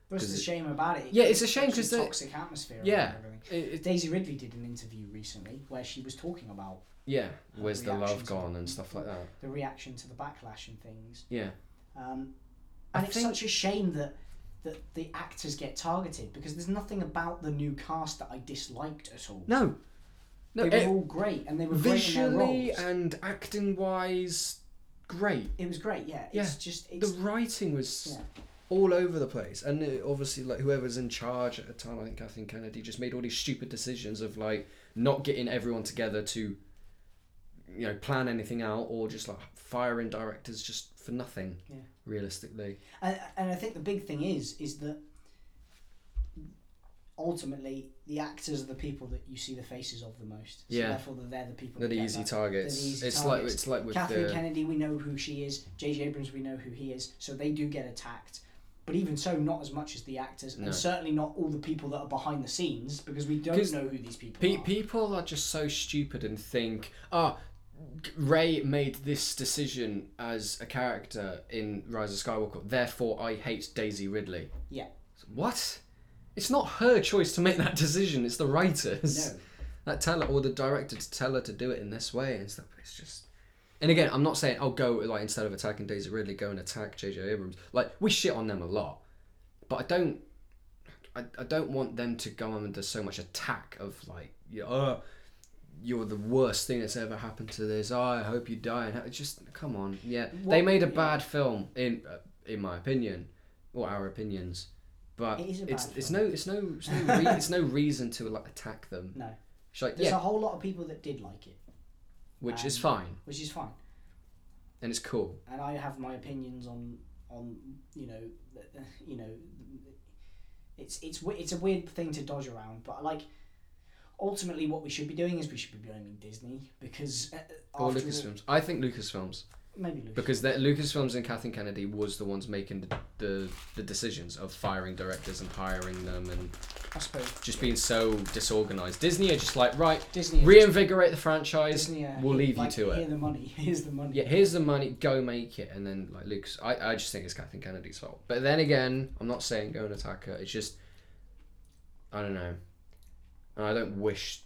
That's
'cause
the
it-
shame about it. It
Yeah, it's a
creates
shame
such
'cause the-
toxic atmosphere. around
Yeah.
everything.
It, it-
Daisy Ridley did an interview recently where she was talking about
yeah, where's the love
Reactions.
gone and stuff like that.
the reaction to the backlash and things.
Yeah,
Um,
I
and it's
think-
such a shame that that the actors get targeted because there's nothing about the new cast that I disliked at all.
no, no.
they
it-
were all great, and they were great in
visually uh,
their roles.
and acting wise, great.
It was great, yeah. It's
Yeah.
just
the
it's
writing was
Yeah.
all over the place, and it, obviously, like whoever's in charge at the time, I think Kathleen Kennedy just made all these stupid decisions of like not getting everyone together to, you know, plan anything out, or just like firing directors just for nothing.
Yeah.
Realistically,
and, and I think the big thing is is that ultimately the actors are the people that you see the faces of the most. So
Yeah.
Therefore, they're- they're the people.
they're
that
the
get
easy
that.
targets.
They're the easy
it's
targets.
like it's like with
Kathleen
the
Kennedy, we know who she is. J.J. Abrams, we know who he is. So they do get attacked. But even so, not as much as the actors,
No.
and certainly not all the people that are behind the scenes, because we
'Cause
don't know who these people
Pe-
are.
people are just so stupid and think, ah, Ray made this decision as a character in Rise of Skywalker, therefore I hate Daisy Ridley.
Yeah.
What? It's not her choice to make that decision. It's the writers
No.
that tell her, or the director to tell her to do it in this way and stuff. It's just. And again, I'm not saying, oh, go like instead of attacking Daisy Ridley, go and attack J.J. Abrams. Like we shit on them a lot, but I don't I, I don't want them to go under so much attack of like, you oh, you're the worst thing that's ever happened to this. Oh, I hope you die. And it's just come on, yeah. they
What-
made a
yeah.
bad film in uh, in my opinion, or our opinions, but
It is a
it's
bad
it's no
film.
it's no it's no, re- it's no reason to like attack them.
No.
It's like,
There's
yeah,
a whole lot of people that did like it,
which is
um,
fine
which is fine.
and it's cool.
and I have my opinions on on you know th- th- you know it's it's w- it's a weird thing to dodge around, but like ultimately what we should be doing is we should be blaming Disney because uh, uh,
Or
after all,
Lucasfilms. I think Lucasfilms
maybe Lucas.
because that Lucasfilms and Kathleen Kennedy was the ones making the, the the decisions of firing directors and hiring them and
I suppose
just being so disorganized. Disney are just like, right,
Disney
reinvigorate the franchise.
Disney, uh,
we'll
here-
leave you
like,
to
Here
it.
the money. Here's the money.
Yeah, here's the money. Go make it, and then like Luke's. I, I just think it's Kathleen Kennedy's fault. But then again, I'm not saying go and attack her. It's just, I don't know, and I don't wish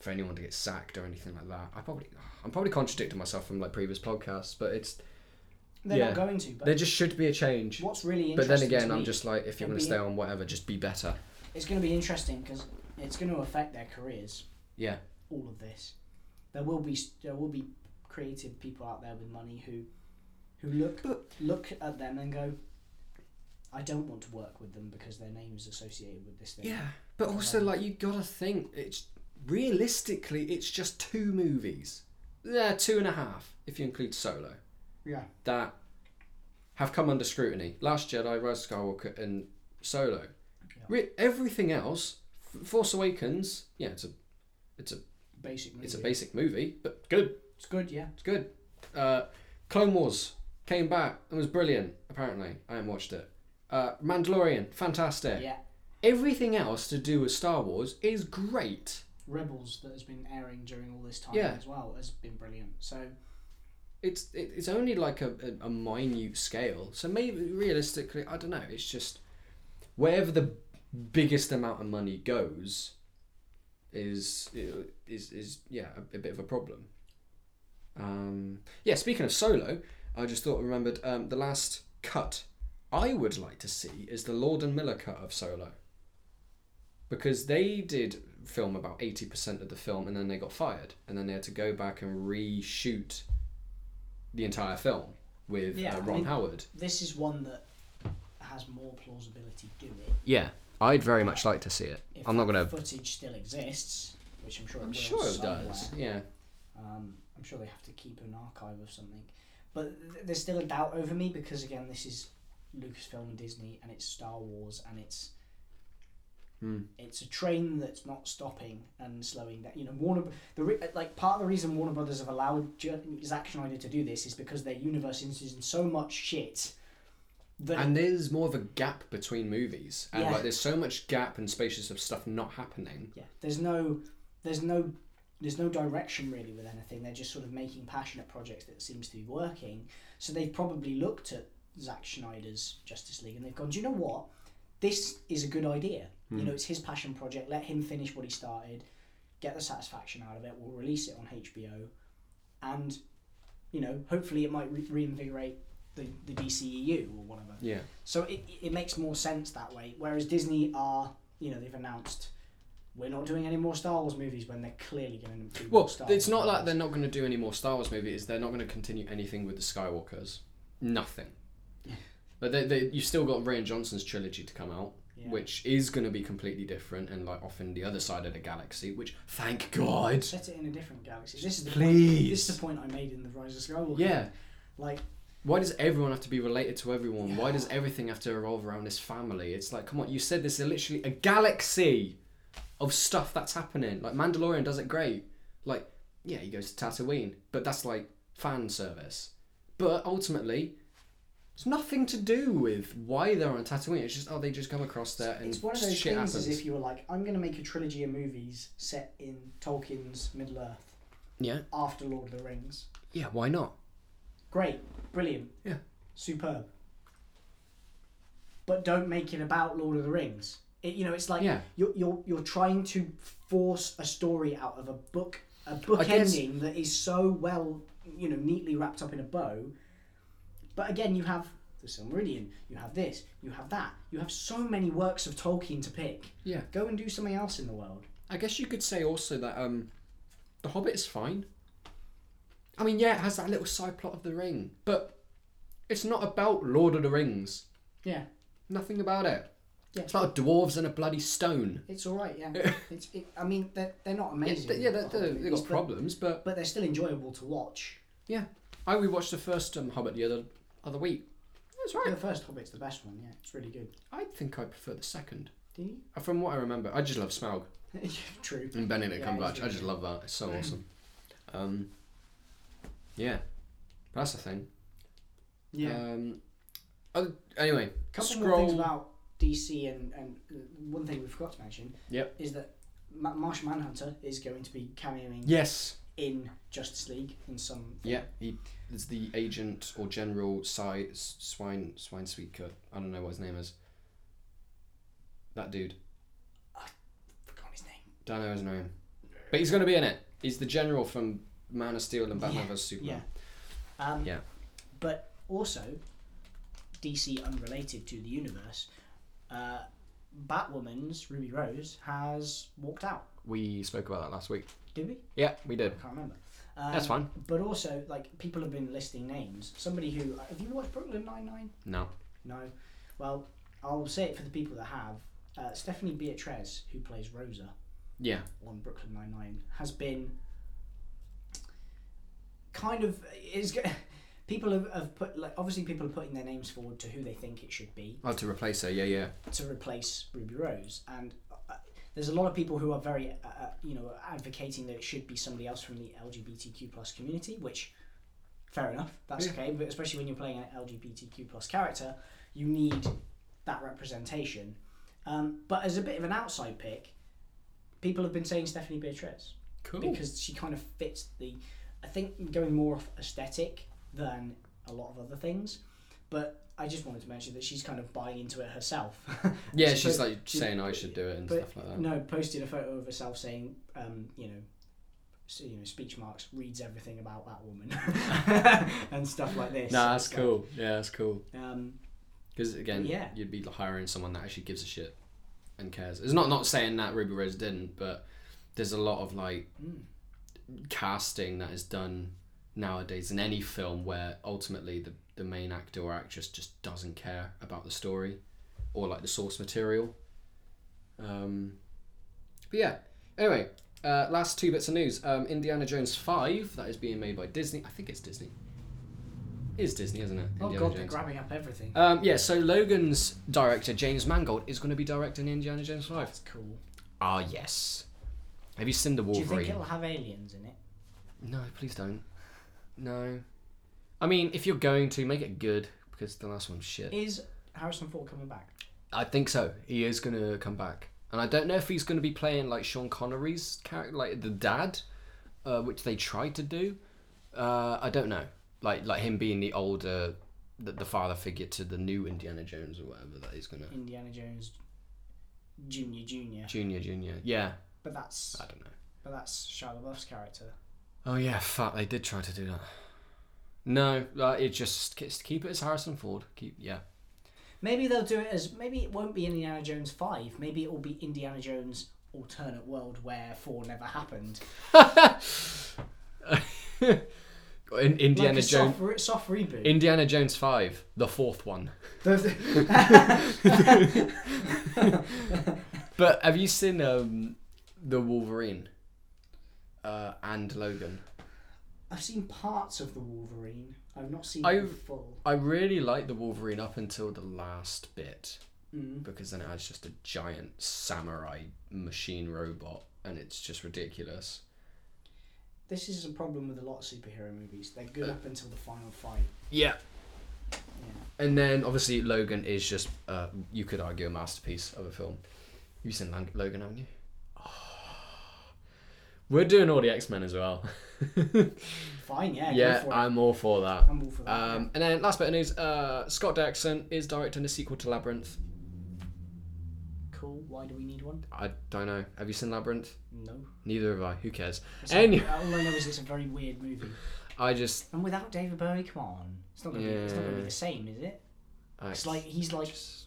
for anyone to get sacked or anything like that. I probably, I'm probably contradicting myself from like previous podcasts, but it's
They're
yeah.
not going to. But
there just should be a change.
what's really
But then
interesting
again,
to
I'm
me-
just like, if you're gonna
it'd be-
stay on whatever, just be better.
it's going to be interesting because it's going to affect their careers.
Yeah.
All of this, there will be there will be creative people out there with money who who look look at them and go, I don't want to work with them because their name is associated with this thing.
Yeah, but also
Um,
like you gotta think it's realistically it's just two movies. Yeah, two and a half if you include Solo
Yeah.
that have come under scrutiny. Last Jedi, Rise of Skywalker, and Solo.
Yeah.
Re- everything else, F- Force Awakens. Yeah, it's a it's a
Basic. Movie.
it's a basic movie, but good.
It's good. Yeah.
It's good. Uh, Clone Wars came back and was brilliant. Apparently, I haven't watched it. Uh, Mandalorian, fantastic.
Yeah.
Everything else to do with Star Wars is great.
Rebels that has been airing during all this time
Yeah.
as well has been brilliant. So
It's it, it's only like a, a, a minute scale. So maybe realistically, I don't know. It's just wherever the biggest amount of money goes is is is yeah a, a bit of a problem. Um, yeah. Speaking of solo, I just thought I remembered um, the last cut I would like to see is the Lord and Miller cut of Solo because they did film about 80% of the film and then they got fired and then they had to go back and reshoot the entire film with
Yeah,
uh,
I
Ron
mean-
Howard.
This is one that has more plausibility to it.
Yeah, I'd very much like to see it.
If
I'm not
that
going to
Footage still exists, which I'm sure it
I'm
will
sure it
somewhere.
does. Yeah.
Um, I'm sure they have to keep an archive of something. But th- there's still a doubt over me because, again, this is Lucasfilm and Disney, and it's Star Wars, and it's
Mm.
it's a train that's not stopping and slowing down. You know, Warner Br- the re- like part of the reason Warner Brothers have allowed J- Zack Snyder to do this is because their universe is in so much shit that
And there's more of a gap between movies. And
Yeah.
like there's so much gap and spaces of stuff not happening.
yeah, there's no there's no there's no direction really with anything. They're just sort of making passionate projects that seems to be working. So they've probably looked at Zack Schneider's Justice League and they've gone, do you know what? This is a good idea. You know, it's his passion project. Let him finish what he started, get the satisfaction out of it. We'll release it on HBO, and you know, hopefully it might re- reinvigorate the the DCEU or whatever.
Yeah.
So it, it makes more sense that way. Whereas Disney are, you know, they've announced we're not doing any more Star Wars movies when they're clearly going to do
Well,
more Star
it's
Wars
not like
movies.
they're not going to do any more Star Wars movies. They're not going to continue anything with the Skywalkers. Nothing. But they, they, you've still got Rian Johnson's trilogy to come out,
Yeah.
which is going to be completely different and like off in the other side of the galaxy. Which, thank God.
set it in a different galaxy. This is the Point,
Please.
this is the point I made in the Rise of Skywalker.
Yeah.
like
Why does everyone have to be related to everyone? Why does everything have to revolve around this family? It's like, come on, you said this is literally a galaxy of stuff that's happening. Like Mandalorian does it great. Like, yeah, he goes to Tatooine, but that's like fan service. But ultimately, it's nothing to do with why they're on Tatooine. It's just oh, they just come across there and
it's one of those
shit
things
happens.
as if you were like, I'm going to make a trilogy of movies set in Tolkien's Middle Earth
yeah,
after Lord of the Rings.
yeah, why not?
Great, brilliant,
Yeah.
superb. But don't make it about Lord of the Rings. It, you know, it's like
Yeah.
you're, you're you're trying to force a story out of a book, a book
I guess-
ending that is so well, you know, neatly wrapped up in a bow. But again, you have the Silmarillion, you have this, you have that, you have so many works of Tolkien to pick.
Yeah,
Go and do something else in the world.
I guess you could say also that um, The Hobbit is fine. I mean, yeah, it has that little side plot of the ring, but it's not about Lord of the Rings.
Yeah,
Nothing about it.
Yeah.
It's about dwarves and a bloody stone.
it's all right. Yeah, it's. It, I mean, they're, they're not amazing.
yeah, they- they- they've got
movies, but-
problems, but
but they're still enjoyable to watch.
yeah. I rewatched the first um, Hobbit the other other week. That's right.
The first Hobbit's the best one, yeah. It's really good.
I think I prefer the second.
Do you?
Uh, From what I remember, I just love Smaug
True.
and Benedict
Yeah,
Cumberbatch. I
it's-
just love that. It's so awesome. Um, yeah, that's the thing.
Yeah.
Um, oh, anyway,
couple
scroll.
more things about DC and, and uh, one thing we forgot to mention
Yep.
is that Ma- Martian Manhunter is going to be cameoing
yes.
in Justice League in some.
Yeah, he is the agent or general Cy, S- Swine Swine Sweetcut. I don't know what his name is. That dude.
Forgotten his name.
Don't know his name. But he's going to be in it. He's the general from Man of Steel and Batman
Yeah,
vs Superman.
Yeah. Um,
Yeah.
But also, DC unrelated to the universe, uh, Batwoman's Ruby Rose has walked out.
We spoke about that last week.
Did we?
Yeah, we did.
I can't remember. Um,
That's fine.
But also, like people have been listing names. Somebody who uh, have you watched Brooklyn Nine Nine?
No.
No. Well, I'll say it for the people that have. Uh, Stephanie Beatriz, who plays Rosa
Yeah.
on Brooklyn Nine Nine, has been kind of is. go- People have, have put like obviously people are putting their names forward to who they think it should be
Oh, to replace her. Yeah, yeah.
to replace Ruby Rose, and uh, there's a lot of people who are very, uh, uh, you know, advocating that it should be somebody else from the LGBTQ plus community, which, fair enough, that's
Yeah.
okay. But especially when you're playing an LGBTQ plus character, you need that representation. Um, but as a bit of an outside pick, people have been saying Stephanie Beatriz
Cool.
because she kind of fits the I think going more off aesthetic than a lot of other things. But I just wanted to mention that she's kind of buying into it herself.
yeah,
She
she's
po-
like
she-
saying I should do it and
but-
stuff like that.
No, posted a photo of herself saying, um, you know, so, you know, speech marks reads everything about that woman and stuff like this.
Nah, that's
It's like,
cool. Yeah, that's cool.
Um,
Because again,
Yeah.
you'd be hiring someone that actually gives a shit and cares. It's not not saying that Ruby Rose didn't, but There's a lot of like
Mm.
casting that is done nowadays in any film where ultimately the, the main actor or actress just doesn't care about the story or like the source material. Um, but yeah, anyway, uh, last two bits of news um, Indiana Jones 5, that is being made by Disney. I think it's Disney. It is Disney, isn't it?
Oh
Indiana
god, they're
Jones.
grabbing up everything.
Um, yeah, so Logan's director, James Mangold, is going to be directing Indiana Jones 5.
That's cool.
Ah, yes. Have you seen The
Do you think
Wolverine?
it'll have aliens in it?
No, please don't. No. I mean, if you're going to, make it good, because the last one's shit.
Is Harrison Ford coming back?
I think so. He is going to come back. And I don't know if he's going to be playing, like, Sean Connery's character, like, the dad, uh, which they tried to do. Uh, I don't know. Like, like him being the older, the, the father figure to the new Indiana Jones or whatever that he's going to.
Indiana Jones Junior Junior.
Junior, junior. Yeah,
But that's
I don't know.
but that's Shia LaBeouf's character.
Oh yeah, fuck! They did try to do that. No, like, it just it's- keep it as Harrison Ford. Keep yeah.
Maybe they'll do it as maybe it won't be Indiana Jones five. Maybe it will be Indiana Jones alternate world where four never happened.
In, Indiana
like a
Jones.
soft, re- soft reboot.
Indiana Jones Five, the fourth one. But have you seen um, the Wolverine uh, and Logan?
I've seen parts of the Wolverine. I've not seen it in
I've-
full.
I really liked the Wolverine up until the last bit
Mm.
because then it has just a giant samurai machine robot and it's just ridiculous.
This is a problem with a lot of superhero movies. They're good up until the final fight.
Yeah. And then obviously Logan is just uh, you could argue a masterpiece of a film. You've seen Lang- Logan, haven't you? We're doing all the X Men as well.
Fine, yeah.
yeah,
go for it.
I'm all for that.
I'm all for that.
Um, and then last bit of news: uh, Scott Derrickson is directing a sequel to Labyrinth.
cool. Why do we need one?
I don't know. Have you seen Labyrinth?
No.
Neither have I. Who cares?
It's not-
Any,
all I know is it's a very weird movie.
I just
And without David Bowie, come on, it's not gonna be. It's not gonna be
Yeah.
the same, is it?
I,
It's like he's like
just-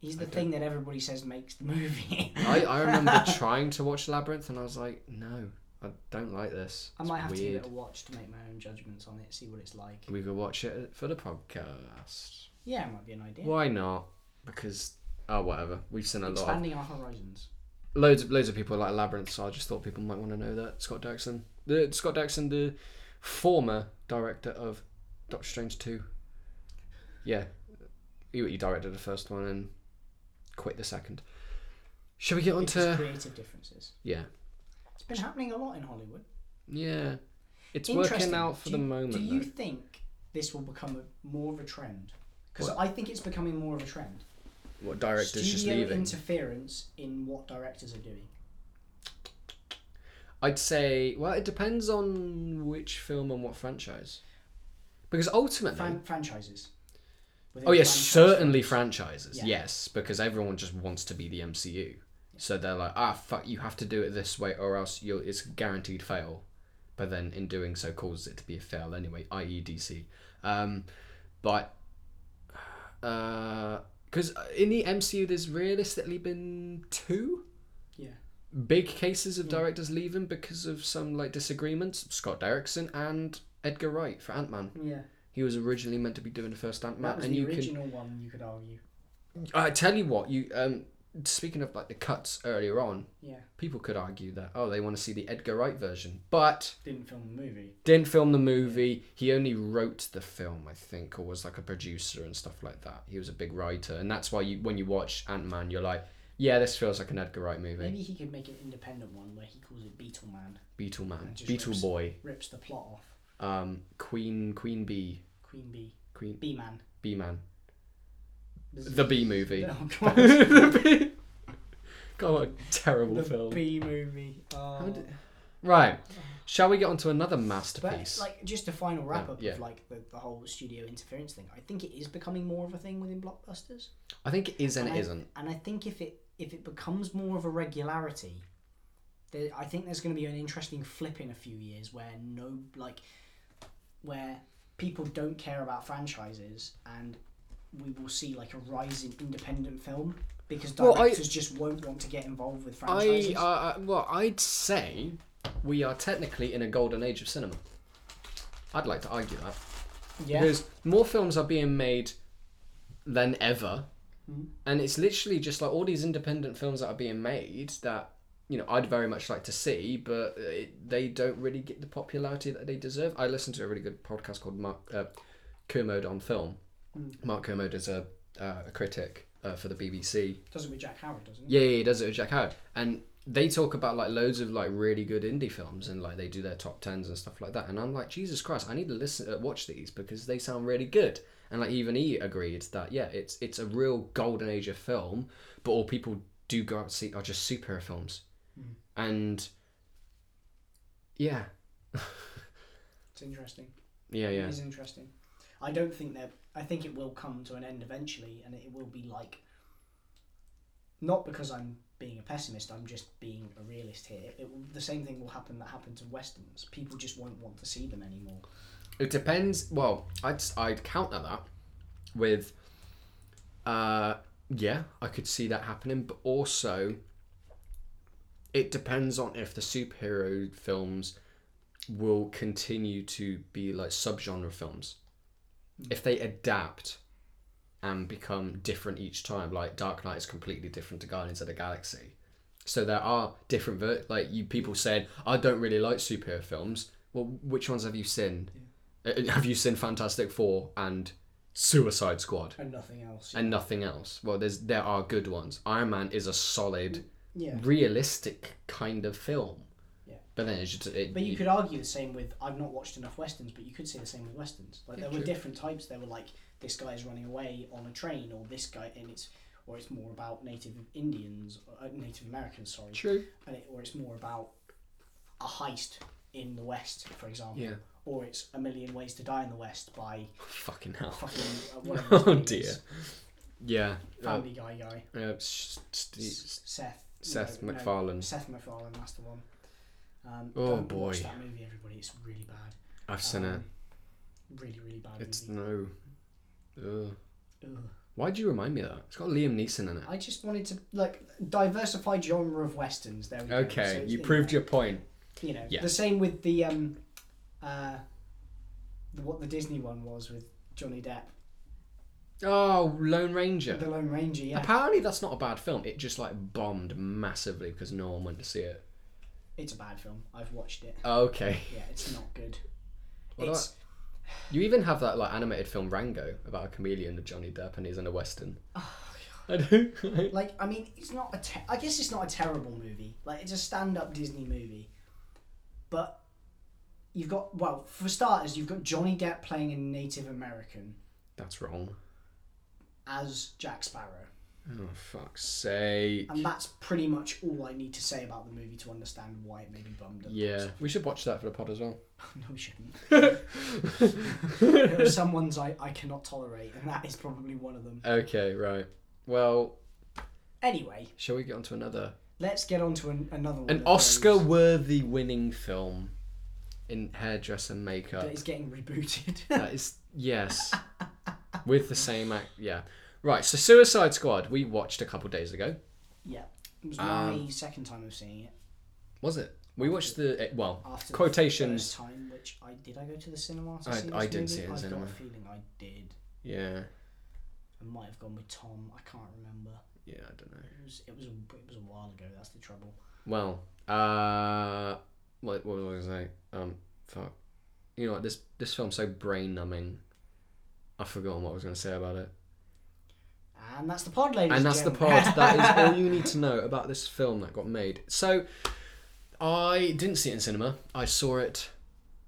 he's the
I
thing that everybody says makes the movie.
I, I remember trying to watch Labyrinth and I was like, no, I don't like this.
I
It's
might have to
weird.
give it a watch to make my own judgments on it, see what it's like.
We could watch it for the podcast.
Yeah, it might be an idea.
Why not? Because oh whatever. We've seen a lot of
Expanding our horizons.
loads of loads of people like Labyrinth, so I just thought people might want to know that. Scott Derrickson. The Scott Derrickson, the former director of Doctor Strange Two. Yeah. He, he directed the first one and quit the second. Shall we get on
It's just
to
creative differences.
Yeah.
It's been happening a lot in Hollywood.
Yeah. It's
Interesting.
working out for
Do
the
you-
moment.
Do you
though.
think this will become a, more of a trend? Because I think it's becoming more of a trend.
What director's just
Studio
leaving?
interference in what directors are doing.
I'd say well, it depends on which film and what franchise. Because ultimately
Fran- franchises. Within
Oh yes,
franchise
certainly
films.
franchises.
Yeah.
Yes, because everyone just wants to be the MCU. So they're like, ah, fuck, you have to do it this way, or else you'll, it's a guaranteed fail. But then, in doing so, causes it to be a fail anyway. I.e., DC. Um, but because in the MCU, there's realistically been two
Yeah.
big cases of directors leaving because of some like disagreements. Scott Derrickson and Edgar Wright for Ant Man.
Yeah.
He was originally meant to be doing the first Ant
That
Man,
was
and
the
you can
original one you could argue.
I tell you what, you um, speaking of like the cuts earlier on,
Yeah.
people could argue that oh they want to see the Edgar Wright version, but
Didn't film the movie.
didn't film the movie. He only wrote the film, I think, or was like a producer and stuff like that. He was a big writer, and that's why you when you watch Ant Man, you're like, yeah, this feels like an Edgar Wright movie.
Maybe he could make an independent one where he calls it Beetle Man,
Beetle Man,
Just
Beetle
rips-
Boy,
rips the plot off.
um, Queen Queen Bee,
Queen Bee.
Queen
Bee Man.
Bee Man, the Bee movie.
Oh, God.
the Bee. God, what a terrible
the
film.
Bee movie. Oh.
did- Right. Shall we get on to another
But
masterpiece?
like just a final wrap up
yeah.
of like the, the whole studio interference thing. I think it is becoming more of a thing within blockbusters.
I think it is and it
I-
isn't.
And I think if it if it becomes more of a regularity, there, I think there's going to be an interesting flip in a few years where no like where people don't care about franchises and we will see like a rise in independent film because
Well, I-
directors just won't want to get involved with franchises.
I, uh, well, I'd say we are technically in a golden age of cinema. I'd like to argue that.
yeah,
Because more films are being made than ever.
Hmm.
And it's literally just like all these independent films that are being made that, you know, I'd very much like to see, but uh, it, they don't really get the popularity that they deserve. I listened to a really good podcast called Mark uh, Kermode on Film.
Hmm.
Mark Kermode is a, uh, a critic uh, for the BBC.
doesn't with Jack Howard, doesn't it?
Yeah, yeah, he does it with Jack Howard. And they talk about like loads of like really good indie films and like they do their top tens and stuff like that. And I'm like, Jesus Christ, I need to listen, uh, watch these because they sound really good. And like even he agreed that yeah, it's it's a real golden age of film, but all people do go out and see are just superhero films, and yeah,
It's interesting.
yeah, yeah.
It is interesting. I don't think that. I think it will come to an end eventually, and it will be like. Not because I'm being a pessimist. I'm just being a realist here. It will, the same thing will happen that happened to westerns. People just won't want to see them anymore.
It depends. Well, I'd I'd counter that with, uh, yeah, I could see that happening, but also, it depends on if the superhero films will continue to be like subgenre films, if they adapt and become different each time. Like Dark Knight is completely different to Guardians of the Galaxy. So there are different ver- like you people said I don't really like superhero films. Well, which ones have you seen? Uh, Have you seen Fantastic Four and Suicide Squad
And nothing else.
and nothing else? Well, there's there are good ones. Iron Man is a solid,
yeah.
realistic kind of film.
Yeah.
But then it's just it,
But you could argue the same with I've not watched enough westerns, but you could say the same with westerns. Like there were
true.
different types. There were like this guy is running away on a train, or this guy, and it's or it's more about Native Indians, uh, Native Americans, sorry,
true.
and it, or it's more about a heist in the West, for example,
Yeah.
or it's a million ways to die in the West by
Fucking hell.
fucking uh, whatever his
Oh,
name is.
Yeah. Uh,
Family Guy guy,
uh, s- s-
S- Seth,
Seth
no, no,
MacFarlane.
Seth MacFarlane, that's the one. Um,
Oh,
don't
boy.
watch that movie, everybody. It's really bad.
I've seen
Um, Really, really bad
it. It's
movie.
no. Ugh.
Ugh.
Why do you remind me of that? It's got Liam Neeson in it.
I just wanted to like diversify genre of westerns. There we go. So
Okay,
it's-
you proved your point.
You know,
yeah.
the same with the um, uh, the, what the Disney one was with Johnny Depp,
Oh, Lone Ranger.
The Lone Ranger. Yeah,
Apparently, that's not a bad film. It just like bombed massively because no one went to see it.
it's a bad film. I've watched it.
Okay.
Yeah, it's not good.
What
it's
You even have that like animated film Rango about a chameleon with Johnny Depp and he's in a western. I do.
like I mean, it's not a. Te- I guess it's not a terrible movie. Like it's a stand-up Disney movie, but you've got well for starters, you've got Johnny Depp playing a Native American
that's wrong.
as Jack Sparrow.
Oh fuck's sake.
And that's pretty much all I need to say about the movie to understand why it made me bummed. at the
Yeah,
box
we should watch that for the pod as well.
office. no, we shouldn't. there are some ones I, I cannot tolerate, and that is probably one of them.
Okay, right. Well,
Anyway,
shall we get on to another
let's get on to an, another one.
an
of those
Oscar-worthy winning film in hairdresser makeup?
that is getting rebooted.
That is yes. With the same act, yeah. Right, so Suicide Squad we watched a couple days ago.
yeah, it was
Um,
my second time of seeing it.
Was it? We watched the eh, well
After the
quotations.
first time, which I did I go to the cinema? To
I-
see
I
this
didn't
movie?
see it in
I've
cinema.
got a feeling I did.
Yeah,
I might have gone with Tom. I can't remember.
yeah, I don't know.
It was it was a, it was a while ago. That's the trouble.
Well, uh, what, what was I gonna say? Um, fuck. You know what? This this film's so brain numbing. I've forgotten what I was gonna say about it.
And that's the pod, ladies.
and that's the
gentlemen.
part that is all you need to know about this film that got made so i didn't see it in cinema i saw it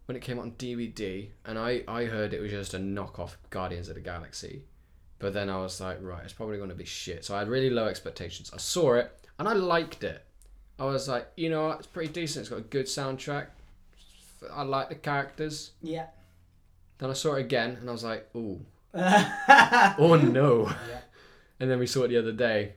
when it came out on dvd and i i heard it was just a knockoff guardians of the galaxy but then i was like right it's probably going to be shit so i had really low expectations i saw it and i liked it i was like you know what it's pretty decent it's got a good soundtrack i like the characters
yeah.
then i saw it again and i was like ooh
yeah.
oh no and then we saw it the other day,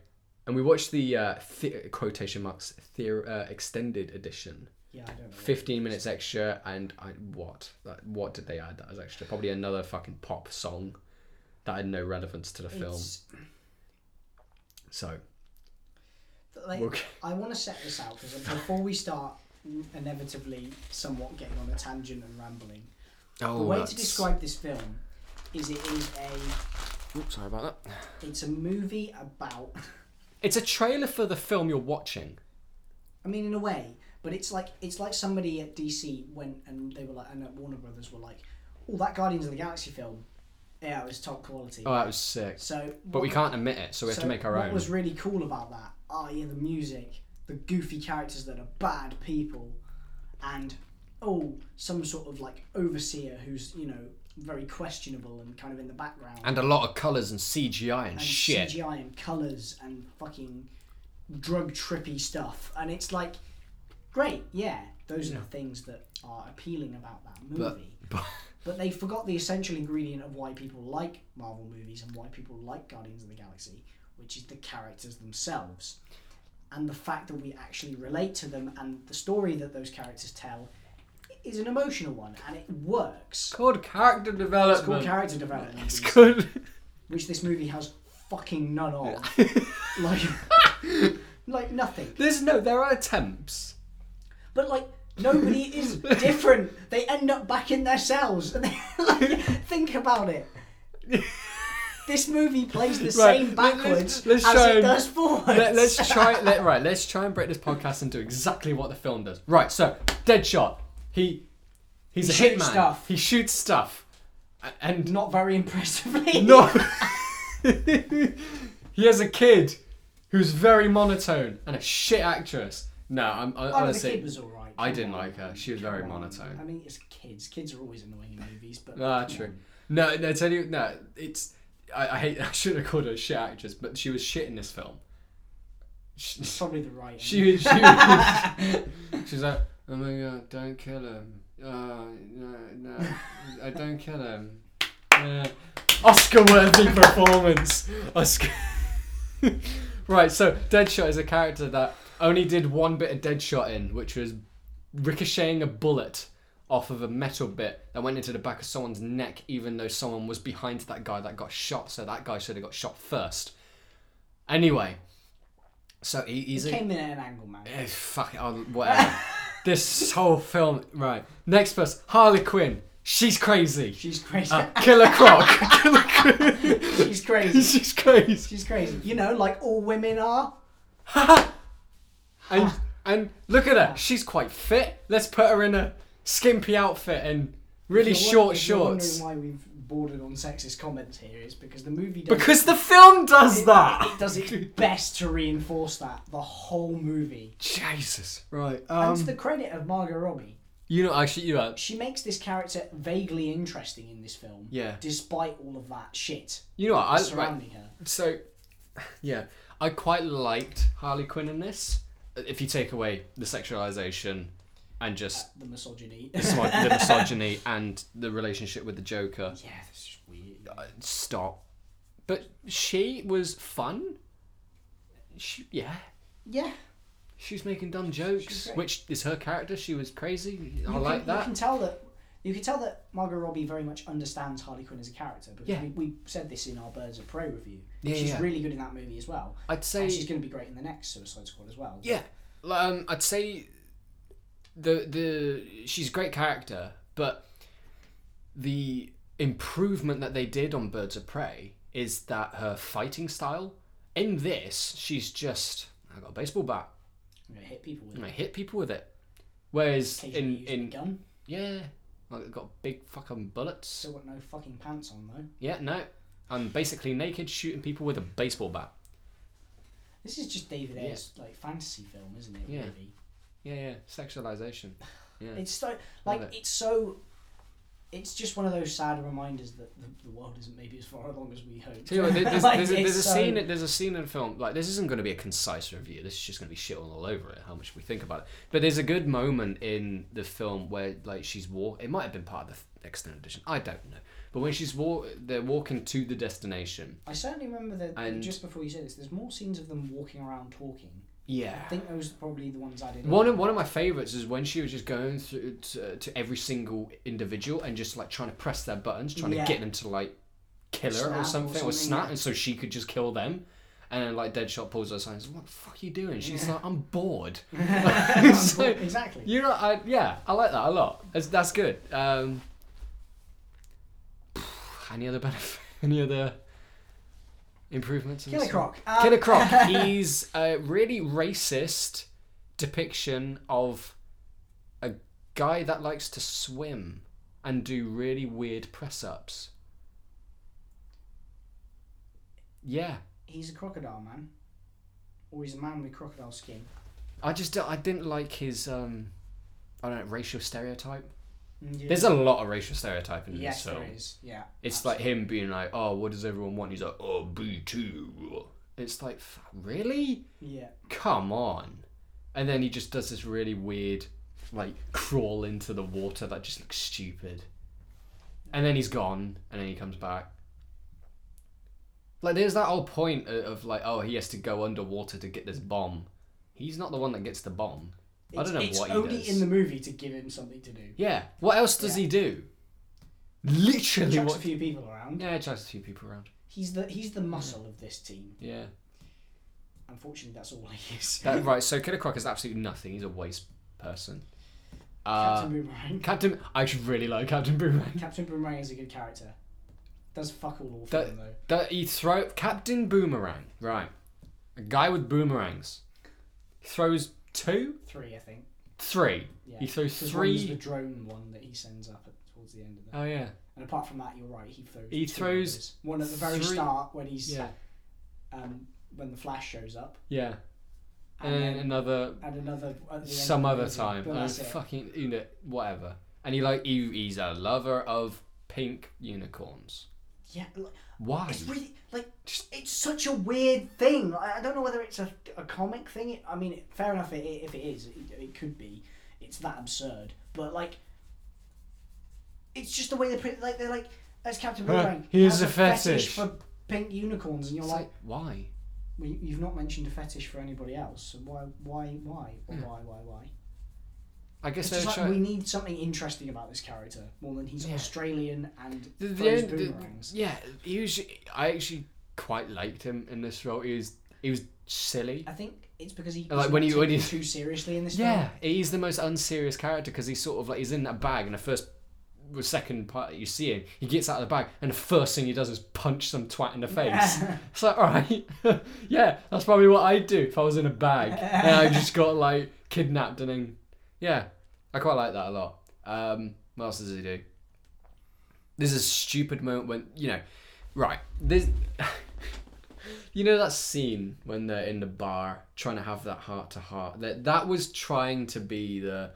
and we watched the uh, the- quotation marks the- uh, extended edition,
Yeah, I don't know.
fifteen minutes extra, and I what Like, what did they add that as extra? Probably another fucking pop song that had no relevance to the film.
It's-
So
like,
Okay.
I want to set this out because before we start inevitably somewhat getting on a tangent and rambling,
Oh,
the way
that's-
to describe this film is it is a
Oops, sorry about that.
it's a movie about
It's a trailer for the film you're watching.
I mean, in a way, but it's like it's like somebody at DC went and they were like, and at Warner Brothers were like, "Oh, that Guardians of the Galaxy film, yeah, it was top quality."
Oh, that was sick.
So,
But we can't admit it, so we have to make our
what
own.
was really cool about that? Oh yeah, the music, the goofy characters that are bad people, and oh, some sort of like overseer who's you know very questionable and kind of in the background
And a lot of colours and CGI and,
and
shit.
CGI and colours and fucking drug trippy stuff. And it's like, great, yeah, those are the things that are appealing about that movie. But,
But
they forgot the essential ingredient of why people like Marvel movies and why people like Guardians of the Galaxy, which is the characters themselves. And the fact that we actually relate to them and the story that those characters tell is an emotional one and it works.
called character
It's called
development.
character development,
It's good.
which this movie has fucking none of. like like nothing
There's no, there are attempts.
but like nobody is different they end up back in their cells and they, like, think about it this movie plays the same
let- let's-
backwards
let's
as
try
it
and-
does forwards
Let, us try. Let, right, let's try and break this podcast and do exactly what the film does. Right, so Deadshot, he he's
He
a
shoots
hitman.
stuff.
He shoots stuff, A- and
not very impressively
no, he has a kid who's very monotone and a shit actress. No, I'm I,
Oh, no, the
honestly,
kid was alright.
I
Come
didn't
on.
like her. She was very
Come on.
monotone.
I mean, it's kids. Kids are always annoying in movies, but
Ah, true. No, no, tell you, no, it's. I, I hate. I should have called her a shit actress, but she was shit in this film. She,
it's probably the right. end.
she, she, was- she's like, oh my god, don't kill him. Uh, no, no, I don't kill him. Uh, Oscar-worthy performance. Oscar. right, so Deadshot is a character that only did one bit of Deadshot in, which was ricocheting a bullet off of a metal bit that went into the back of someone's neck, even though someone was behind that guy that got shot. So that guy should have got shot first. Anyway, so he, he's a,
came in at an angle, man.
Eh, fuck it, I'll, whatever. this whole film, right? Next person, Harley Quinn. She's crazy.
She's crazy.
Uh, Killer Croc. Killer Croc.
She's crazy.
She's crazy.
She's crazy. You know, like all women are.
And and look at her. She's quite fit. Let's put her in a skimpy outfit and really
If you're
short
won- if you're
shorts.
wondering why we've bordered on sexist comments here is because the movie does,
Because the film does that.
it does its best to reinforce that the whole movie.
Jesus. Right.
and to
Um.
the credit of Margot Robbie,
You know, actually, you know,
she makes this character vaguely interesting in this film.
Yeah.
Despite all of that shit
you know what? I, right,
surrounding her.
So, yeah, I quite liked Harley Quinn in this. If you take away the sexualization and just
The misogyny.
the misogy- the misogyny and the relationship with the Joker, uh,
yeah, this is weird.
stop. But she was fun. She, yeah,
Yeah.
she was making dumb
She's
jokes,
great.
which is her character. She was crazy. I
you
like
can, You
that.
can tell that you can tell that Margot Robbie very much understands Harley Quinn as a character because
Yeah.
we, we said this in our Birds of Prey review.
Yeah,
she's
yeah.
really good in that movie as well,
I'd say
and she's going to be great in the next Suicide Squad as well.
Yeah, like, um, I'd say the the she's a great character, but the improvement that they did on Birds of Prey is that her fighting style. In this, she's just I got a baseball bat
I'm going to hit people with
and
it.
I hit people with it. Whereas
Occasionally
in
using a
in
gun.
yeah, like I've got big fucking bullets.
Still got no fucking pants on though.
Yeah, no, I'm basically naked shooting people with a baseball bat.
This is just David Ayer's like fantasy film, isn't it?
Yeah.
Really,
Yeah, yeah, sexualization. Yeah.
it's so
Love
like
it.
it's so. It's just one of those sad reminders that the, the world isn't maybe as far along as we hoped.
Tell you what, there- there's,
Like,
there's, a,
it's
there's a
so-
scene. There's a scene in the film. Like this isn't going to be a concise review. This is just going to be shit all over it. How much we think about it. But there's a good moment in the film where like she's walk. It might have been part of the extended edition. I don't know. But when she's walk, they're walking to the destination.
I certainly remember that
And-
just before you said this, there's more scenes of them walking around talking. I
Yeah.
think those are probably the ones I did.
One of, one of my favorites is when she was just going through to, to every single individual and just like trying to press their buttons, trying
Yeah.
to get them to like kill her
Snap or
or something or
something,
snap,
yeah.
and so she could just kill them. And then like Deadshot pulls her aside and says, "What the fuck are you doing?" She's
Yeah.
like, "I'm bored." So-
exactly.
You know, I, yeah, I like that a lot. That's, that's good. Um, any other benefit? Any other improvements? in
Killer
this one?
Croc. Um,
Killer Croc. He's a really racist depiction of a guy that likes to swim and do really weird press ups. Yeah,
He's a crocodile man, or he's a man with crocodile skin.
I just don't- I didn't like his um, I don't know racial stereotype.
Yeah.
There's a lot of racial stereotype in
yes,
this film.
there is. Yeah.
Mm, It's like him being like, "Oh, what does everyone want?" He's like, "Oh, B two. It's like, f- really?
Yeah.
Come on! And then he just does this really weird, like, crawl into the water that just looks stupid. And then he's gone, and then he comes back. Like, there's that whole point o- of like, oh, he has to go underwater to get this bomb. He's not the one that gets the bomb. I don't know
it's
what he
only
does.
in the movie to give him something to do.
Yeah. What else does
Yeah.
he do? Literally,
Chucks a
what? Mm.
few people around.
Yeah, chucks a few people around.
He's the he's the muscle of this team.
Yeah.
Unfortunately, that's all he is.
That, right, so Killer Croc is absolutely nothing. He's a waste person. Uh,
Captain Boomerang.
Captain, I actually really like Captain Boomerang.
Captain Boomerang is a good character. Does fuck all all
That-
film though.
That he throw Captain Boomerang, right? A guy with boomerangs throws two,
Three, I think.
three.
Yeah.
He throws
'Cause one is
three
the drone one that he sends up at, towards the end of the.
Oh yeah,
And apart from that, you're right. He throws.
He
two
throws
others. one at the very
three-
start when he's
yeah,
um when the Flash shows up,
yeah. And,
and,
then
then
another
and another at the end
some
of
other
the movie.
time.
But
Uh,
that's it.
fucking you know, whatever. And he like he, he's a lover of pink unicorns.
Yeah, like,
Why?
it's really like it's such a weird thing. I, I don't know whether it's a, a comic thing. I mean, it- fair enough. It, if it is, it, it could be. It's that absurd, but like, it's just the way they put. Like they're like, as Captain
Huh,
Boomerang.
he
has
has a fetish.
for pink unicorns, and you're
It's
like,
like why?
well, you- you've not mentioned a fetish for anybody else. So why, why, why, or
Hmm.
why, why, why?
I guess
It's
they're
just like
trying.
we need something interesting about this character more than he's
Yeah.
Australian and
The- the
throws
only- the-
boomerangs.
yeah, he was. I actually quite liked him in this role. He was he was silly.
I think it's because he
Like, when you- when you-
he's too seriously in this.
Yeah, he's the most unserious character because he's sort of like he's in that bag, and the first the second part that you see him, he gets out of the bag, and the first thing he does is punch some twat in the face.
Yeah.
It's like, all right, yeah, that's probably what I'd do if I was in a bag and I just got like kidnapped and then, yeah, I quite like that a lot. Um, what else does he do? There's a stupid moment when you know, right? There's, you know that scene when they're in the bar trying to have that heart to heart. That that was trying to be the.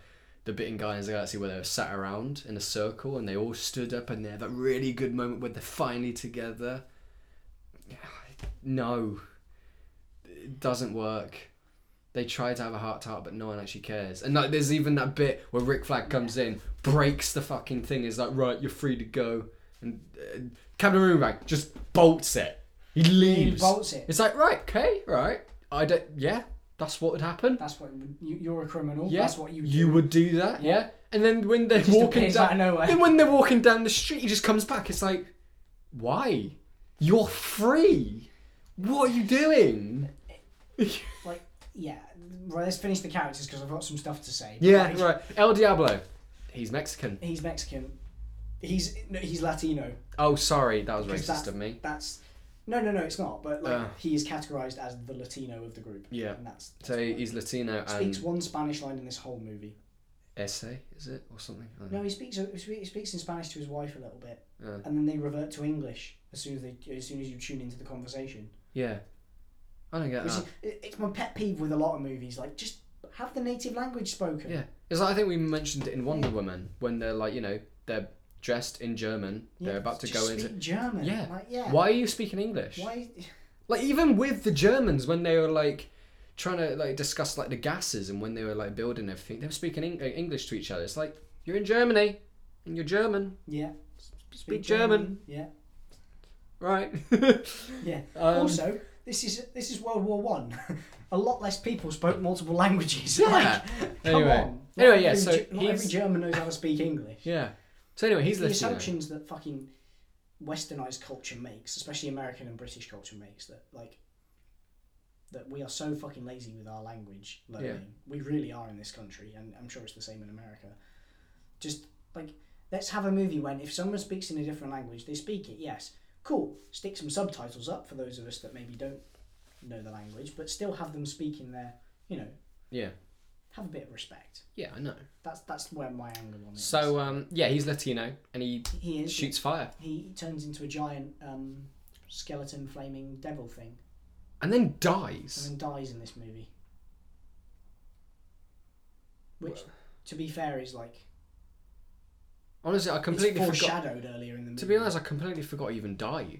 The bit in Guardians of the Galaxy where they were sat around in a circle and they all stood up and they have that really good moment where they're finally together no it doesn't work they try to have a heart to heart but no one actually cares and like there's even that bit where Rick Flag comes in breaks the fucking thing is like right you're free to go and uh, Captain Boomerang just bolts it he
He
leaves
bolts it.
it's like right okay right I don't yeah that's what would happen
That's what you, you're a criminal.
yeah
That's what you.
you
do.
would do that yeah, and then when they're
Just
walking
appears
down
out of nowhere.
then when they're walking down the street, he just comes back. It's like, why? You're free. What are you doing?
Like yeah. Right, let's finish the characters because I've got some stuff to say.
Yeah,
Like,
right. El Diablo. He's Mexican.
He's Mexican. He's no, he's Latino.
Oh, sorry, that was
'cause
racist
that's-
of me.
That's no, no, no. It's not. But like
Ah.
he is categorized as the Latino of the group.
Yeah.
And that's, that's
So um,
why.
he's Latino
speaks
and
one Spanish line in this whole movie.
essay, is it, or something? I don't
No,
know.
he speaks he spe- he speaks in Spanish to his wife a little bit,
Yeah.
and then they revert to English as soon as they as soon as you tune into the conversation.
Yeah, I don't get
Which
that.
is, it- it's my pet peeve with a lot of movies. Like just have the native language spoken.
Yeah, it's like I think we mentioned it in Wonder Woman when they're like, you know, they're dressed in German.
Yeah,
they're about to
just
go into.
speak German.
Yeah.
Like, yeah.
Why are you speaking English?
Why?
Like even with the Germans when they were like trying to like discuss like the gases and when they were like building everything, they were speaking Eng- uh, English to each other. It's like you're in Germany and you're German,
Yeah.
speak, German,
Yeah.
right?
Yeah.
Um,
also, this is this is World War One. a lot less people spoke multiple languages.
Yeah.
Like, come
Anyway.
on. Not
Anyway, yeah,
every
so
Ge- not every
he's-
German knows how to speak English.
yeah. So anyway, he's
the
listening.
assumptions that fucking westernized culture makes, especially American and British culture makes, that like that we are so fucking lazy with our language learning.
Yeah.
We really are in this country, and I'm sure it's the same in America. Just like let's have a movie when if someone speaks in a different language, they speak it. Yes, cool. Stick some subtitles up for those of us that maybe don't know the language, but still have them speak in their you know
Yeah.
have a bit of respect.
Yeah, I know.
That's that's where my angle on it.
So uh, um, yeah, he's Latino and he
is. he is
shoots fire
he turns into a giant um, skeleton flaming devil thing
and then dies.
and then dies in this movie. Which,
Well-
to be fair, is like
Honestly, I completely
it's
forgot.
foreshadowed earlier in the movie.
To be honest, I completely forgot he even died.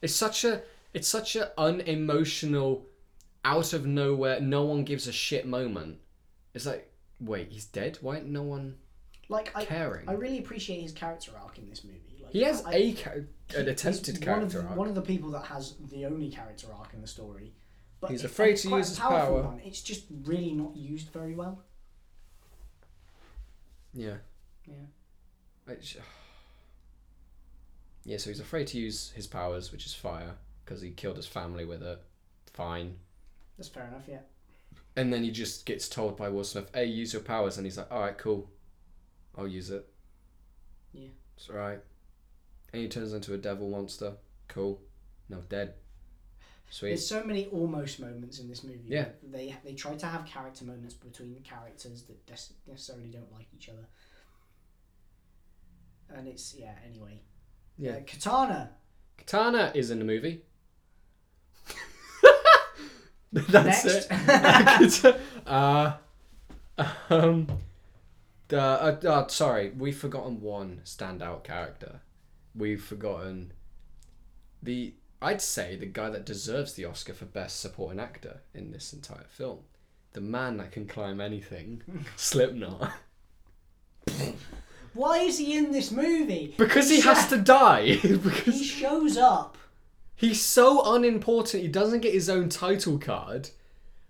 it's such a it's such a unemotional, out of nowhere, no one gives a shit moment. It's like, wait, he's dead. Why ain't no one
like I,
caring?
I really appreciate his character arc in this movie. Like,
he has
I-
a char- an
he's
attempted
one of
character
the-
arc.
One of the people that has the only character arc in the story. But
He's
it- and
afraid
it's
to
quite
use
a
his
powerful
power.
One. It's just really not used very well.
Yeah.
Yeah.
It's- Yeah, so he's afraid to use his powers, which is fire, because he killed his family with it. Fine.
That's fair enough. Yeah.
And then he just gets told by Will Smith, hey, use your powers. And he's like, all right, cool. I'll use it.
Yeah.
It's all right. And he turns into a devil monster. Cool. Now dead. Sweet.
There's so many almost moments in this movie.
Yeah.
They they try to have character moments between characters that des- necessarily don't like each other. And it's yeah. Anyway.
Yeah.
Uh, Katana.
Katana is in the movie. That's
Next.
it. uh, um, the, uh, uh, sorry, we've forgotten one standout character. We've forgotten the. I'd say the guy that deserves the Oscar for Best Supporting Actor in this entire film. The man that can climb anything, Slipknot.
Why is he in this movie?
Because he has to die. because
He shows up.
He's so unimportant, he doesn't get his own title card,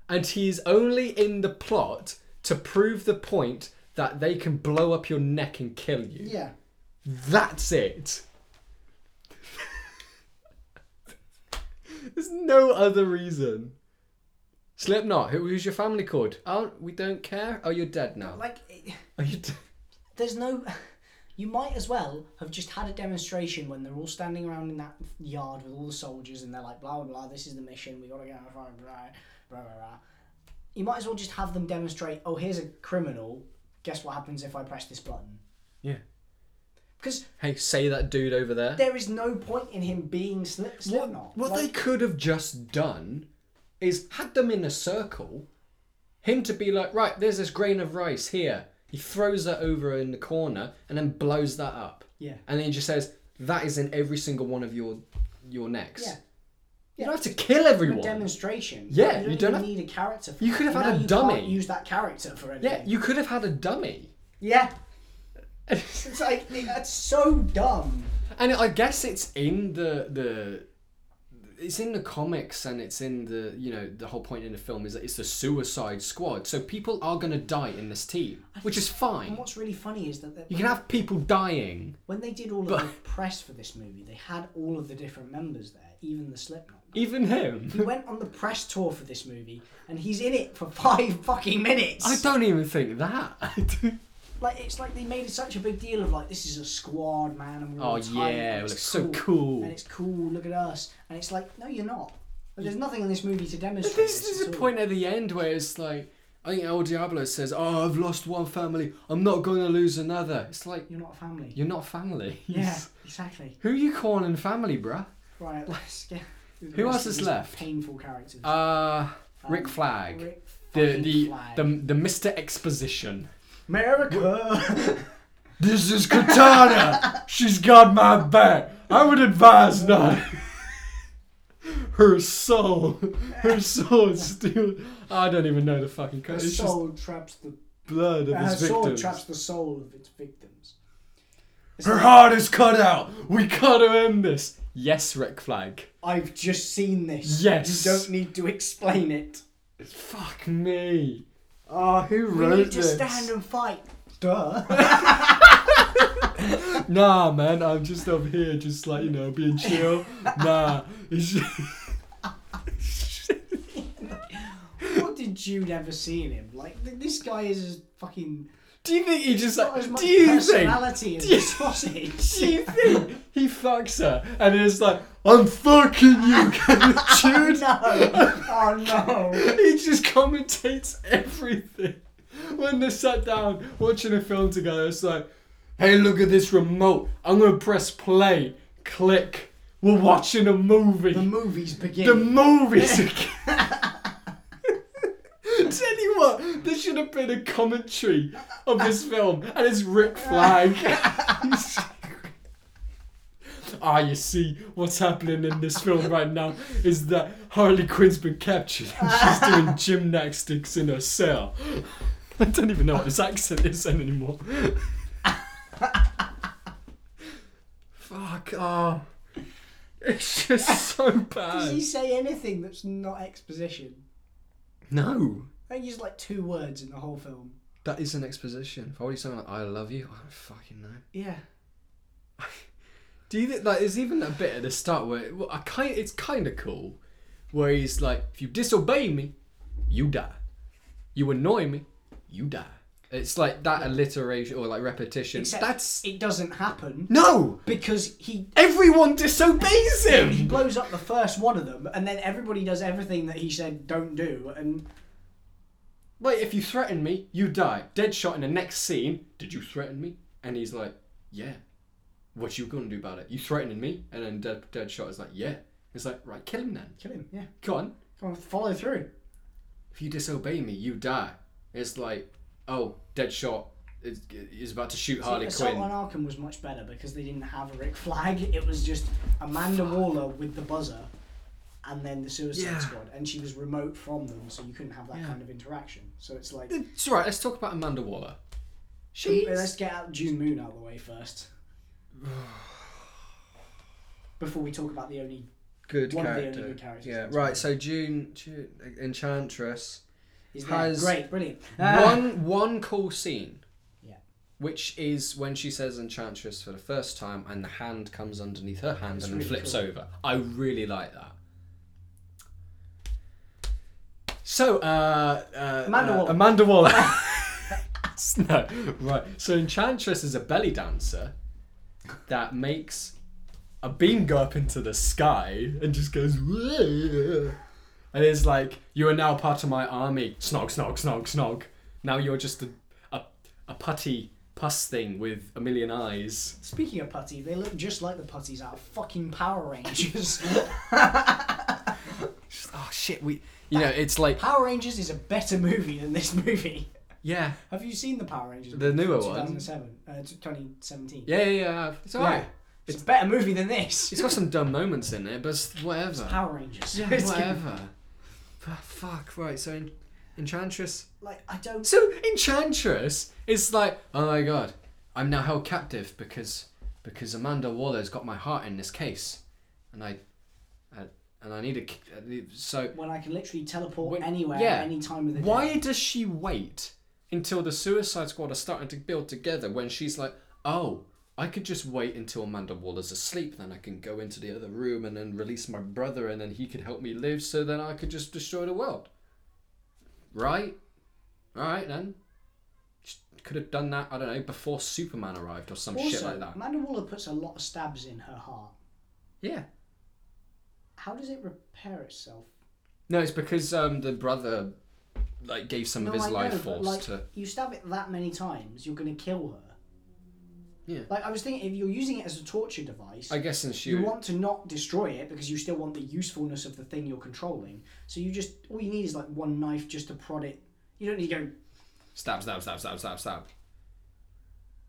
and he is only in the plot to prove the point that they can blow up your neck and kill you.
Yeah.
That's it. There's no other reason. Slipknot, who, who's your family called? Oh, we don't care. Oh, you're dead now.
Like. It,
Are you d-
there's no you might as well have just had a demonstration when they're all standing around in that yard with all the soldiers and they're like blah blah blah this is the mission we gotta get out of front blah blah blah, blah. you might as well just have them demonstrate oh here's a criminal guess what happens if i press this button
Yeah.
because
Hey, say that dude over there.
there is no point in him being slip Slipknot.
What
Like,
they could have just done is had them in a circle, him to be like, right, there's this grain of rice here. He throws that over in the corner and then blows that up.
yeah
And then he just says, that is in every single one of your your necks.
Yeah.
You don't have to kill everyone.
a demonstration
Yeah,
you don't,
you don't
even
have-
need a character for
You could have
it.
had
Now
a
you
dummy.
can't use that character for anything
yeah, you could have had a dummy.
yeah.
and
it's like that's so dumb
I guess it's in the the it's in the comics and it's in the you know the whole point in the film is that it's the Suicide Squad, so people are gonna die in this team, which is fine.
and what's really funny is that that-
You can have people dying,
When they did all of
But-
the press for this movie, they had all of the different members there, even the Slipknot. guy.
even
He
him.
went on the press tour for this movie, and he's in it for five fucking minutes.
I don't even think that.
Like it's like they made such a big deal of like this is a squad, man, and we're all
oh
tight,
yeah, it
and
looks
it's
so cool.
and it's cool. Look at us, and it's like no, you're not. But there's nothing in this movie to demonstrate.
This
this
is a
at all.
point at the end where it's like I think El Diablo says, "Oh, I've lost one family. I'm not gonna lose another." It's like
You're not a family.
you're not family.
yeah, exactly.
Who you calling family, bruh?
Right. Let's get.
Who else is left?
Painful characters.
Uh, Rick
Um,
Flag.
Rick
the
fucking
the,
Flag.
the the Mr. Exposition.
America.
This is Katana. She's got my back. I would advise not. Her soul, her soul is still. I don't even know the fucking
Her
code. It's just
soul traps the
blood of
her
his
sword
victims.
traps the soul of its victims. It's
Her
like,
heart is cut out. We gotta end this. Yes, Rick Flag.
I've just seen this.
Yes.
You don't need to explain it.
Fuck me. Oh, who
We
wrote
need to
this?
stand and fight. Duh.
Nah, man, I'm just over here, just like you know, being chill. nah, it's just...
since you never seen him. Like th- this guy is as fucking
Do you think he just
got
like?
as much
Do you think?
personality as
do you-
a sausage.
Do you think he fucks her and is like, "I'm fucking you,
oh
dude"?
no! Oh no!
He just commentates everything. When they're sat down watching a film together, it's like, hey, look at this remote. I'm going to press play, click. We're watching a movie.
The
The,
movies begin.
movie's again. Tell you what, there should have been a commentary of this film, and it's Rick Flag. Ah, you see, what's happening in this film right now is that Harley Quinn's been captured and she's doing gymnastics in her cell. I don't even know what his accent is anymore. Fuck, oh. It's just so
Does he
bad.
say anything that's not exposition?
No,
I think he's like two words in the whole film.
that is an exposition. If I already something like I love you, I don't fucking know.
Yeah.
Do you think like there's even a bit at the start where well, I kind it's kind of cool, where he's like, if you disobey me, you die. You annoy me, you die. It's like that alliteration or like repetition.
Except
That's
it doesn't happen
no.
because he
Everyone disobeys
he
him.
blows up the first one of them, and then everybody does everything that he said don't do, and
Like if you threaten me, you die. Deadshot in the next scene. Did you threaten me? And he's like, yeah. What you gonna do about it? You threatening me? And then Dead Deadshot is like, yeah. It's like right, kill him then.
kill him. Yeah,
Go on.
come on, follow through.
if you disobey me, you die. It's like, oh, Deadshot is, is about to shoot Harley
Assault
Quinn.
on Arkham was much better because they didn't have a Rick Flag. It was just Amanda Waller with the buzzer, and then the Suicide
Yeah.
Squad, and she was remote from them, so you couldn't have that
Yeah.
kind of interaction. So it's like
It's alright, let's talk about Amanda Waller.
let's
She's.
get out June Moon out of the way first. Before we talk about the only
Good
one of the only character. good characters Yeah, that's
right, so June, June Enchantress.
is
Has
great, brilliant.
one, one cool scene.
Ah. Yeah.
Which is when she says Enchantress for the first time and the hand comes underneath her hand
It's
and
really
then flips
cool.
over. I really like that. So, uh, uh,
Amanda
uh,
Waller.
Amanda Waller. no, right. So Enchantress is a belly dancer that makes a beam go up into the sky and just goes. "Whoa." And it's like, you are now part of my army. Snog, snog, snog, snog. Now you're just a, a, a putty pus thing with a million eyes.
Speaking of putty, they look just like the putties out of fucking Power Rangers.
Just, oh shit, we. You know, it's like,
Power Rangers is a better movie than this movie.
yeah.
Have you seen the Power Rangers?
The newer one?
2007, uh, t- 2017.
Yeah, yeah, yeah. It's alright.
Yeah. It's a better movie than this.
It's got some dumb moments in it, but it's whatever.
Power Rangers.
Yeah,
It's-
whatever. But fuck, right, so en- Enchantress.
Like I don't.
So Enchantress is like, oh my god, I'm now held captive because because Amanda Waller's got my heart in this case, and I, I and I need a c- I need- so
When I can literally teleport
When-
anywhere
yeah.
at any time of the day.
why does she wait until the Suicide Squad are starting to build together when she's like, oh, I could just wait until Amanda Waller's asleep, then I can go into the other room and then release my brother, and then he could help me live, so then I could just destroy the world. Right? Alright then. Just Could have done that, I don't know, before Superman arrived or some shit
Also,
like that.
Amanda Waller puts a lot of stabs in her heart.
Yeah.
How does it repair itself?
No, it's because um, the brother like gave some of his
I know,
life
but,
force
like,
to.
You stab it that many times, you're going to kill her.
Yeah.
Like I was thinking, if you're using it as a torture device,
I guess since she
you want to not destroy it because you still want the usefulness of the thing you're controlling. So you just all you need is like one knife just to prod it. You don't need to go.
Stab, stab, stab, stab, stab, stab.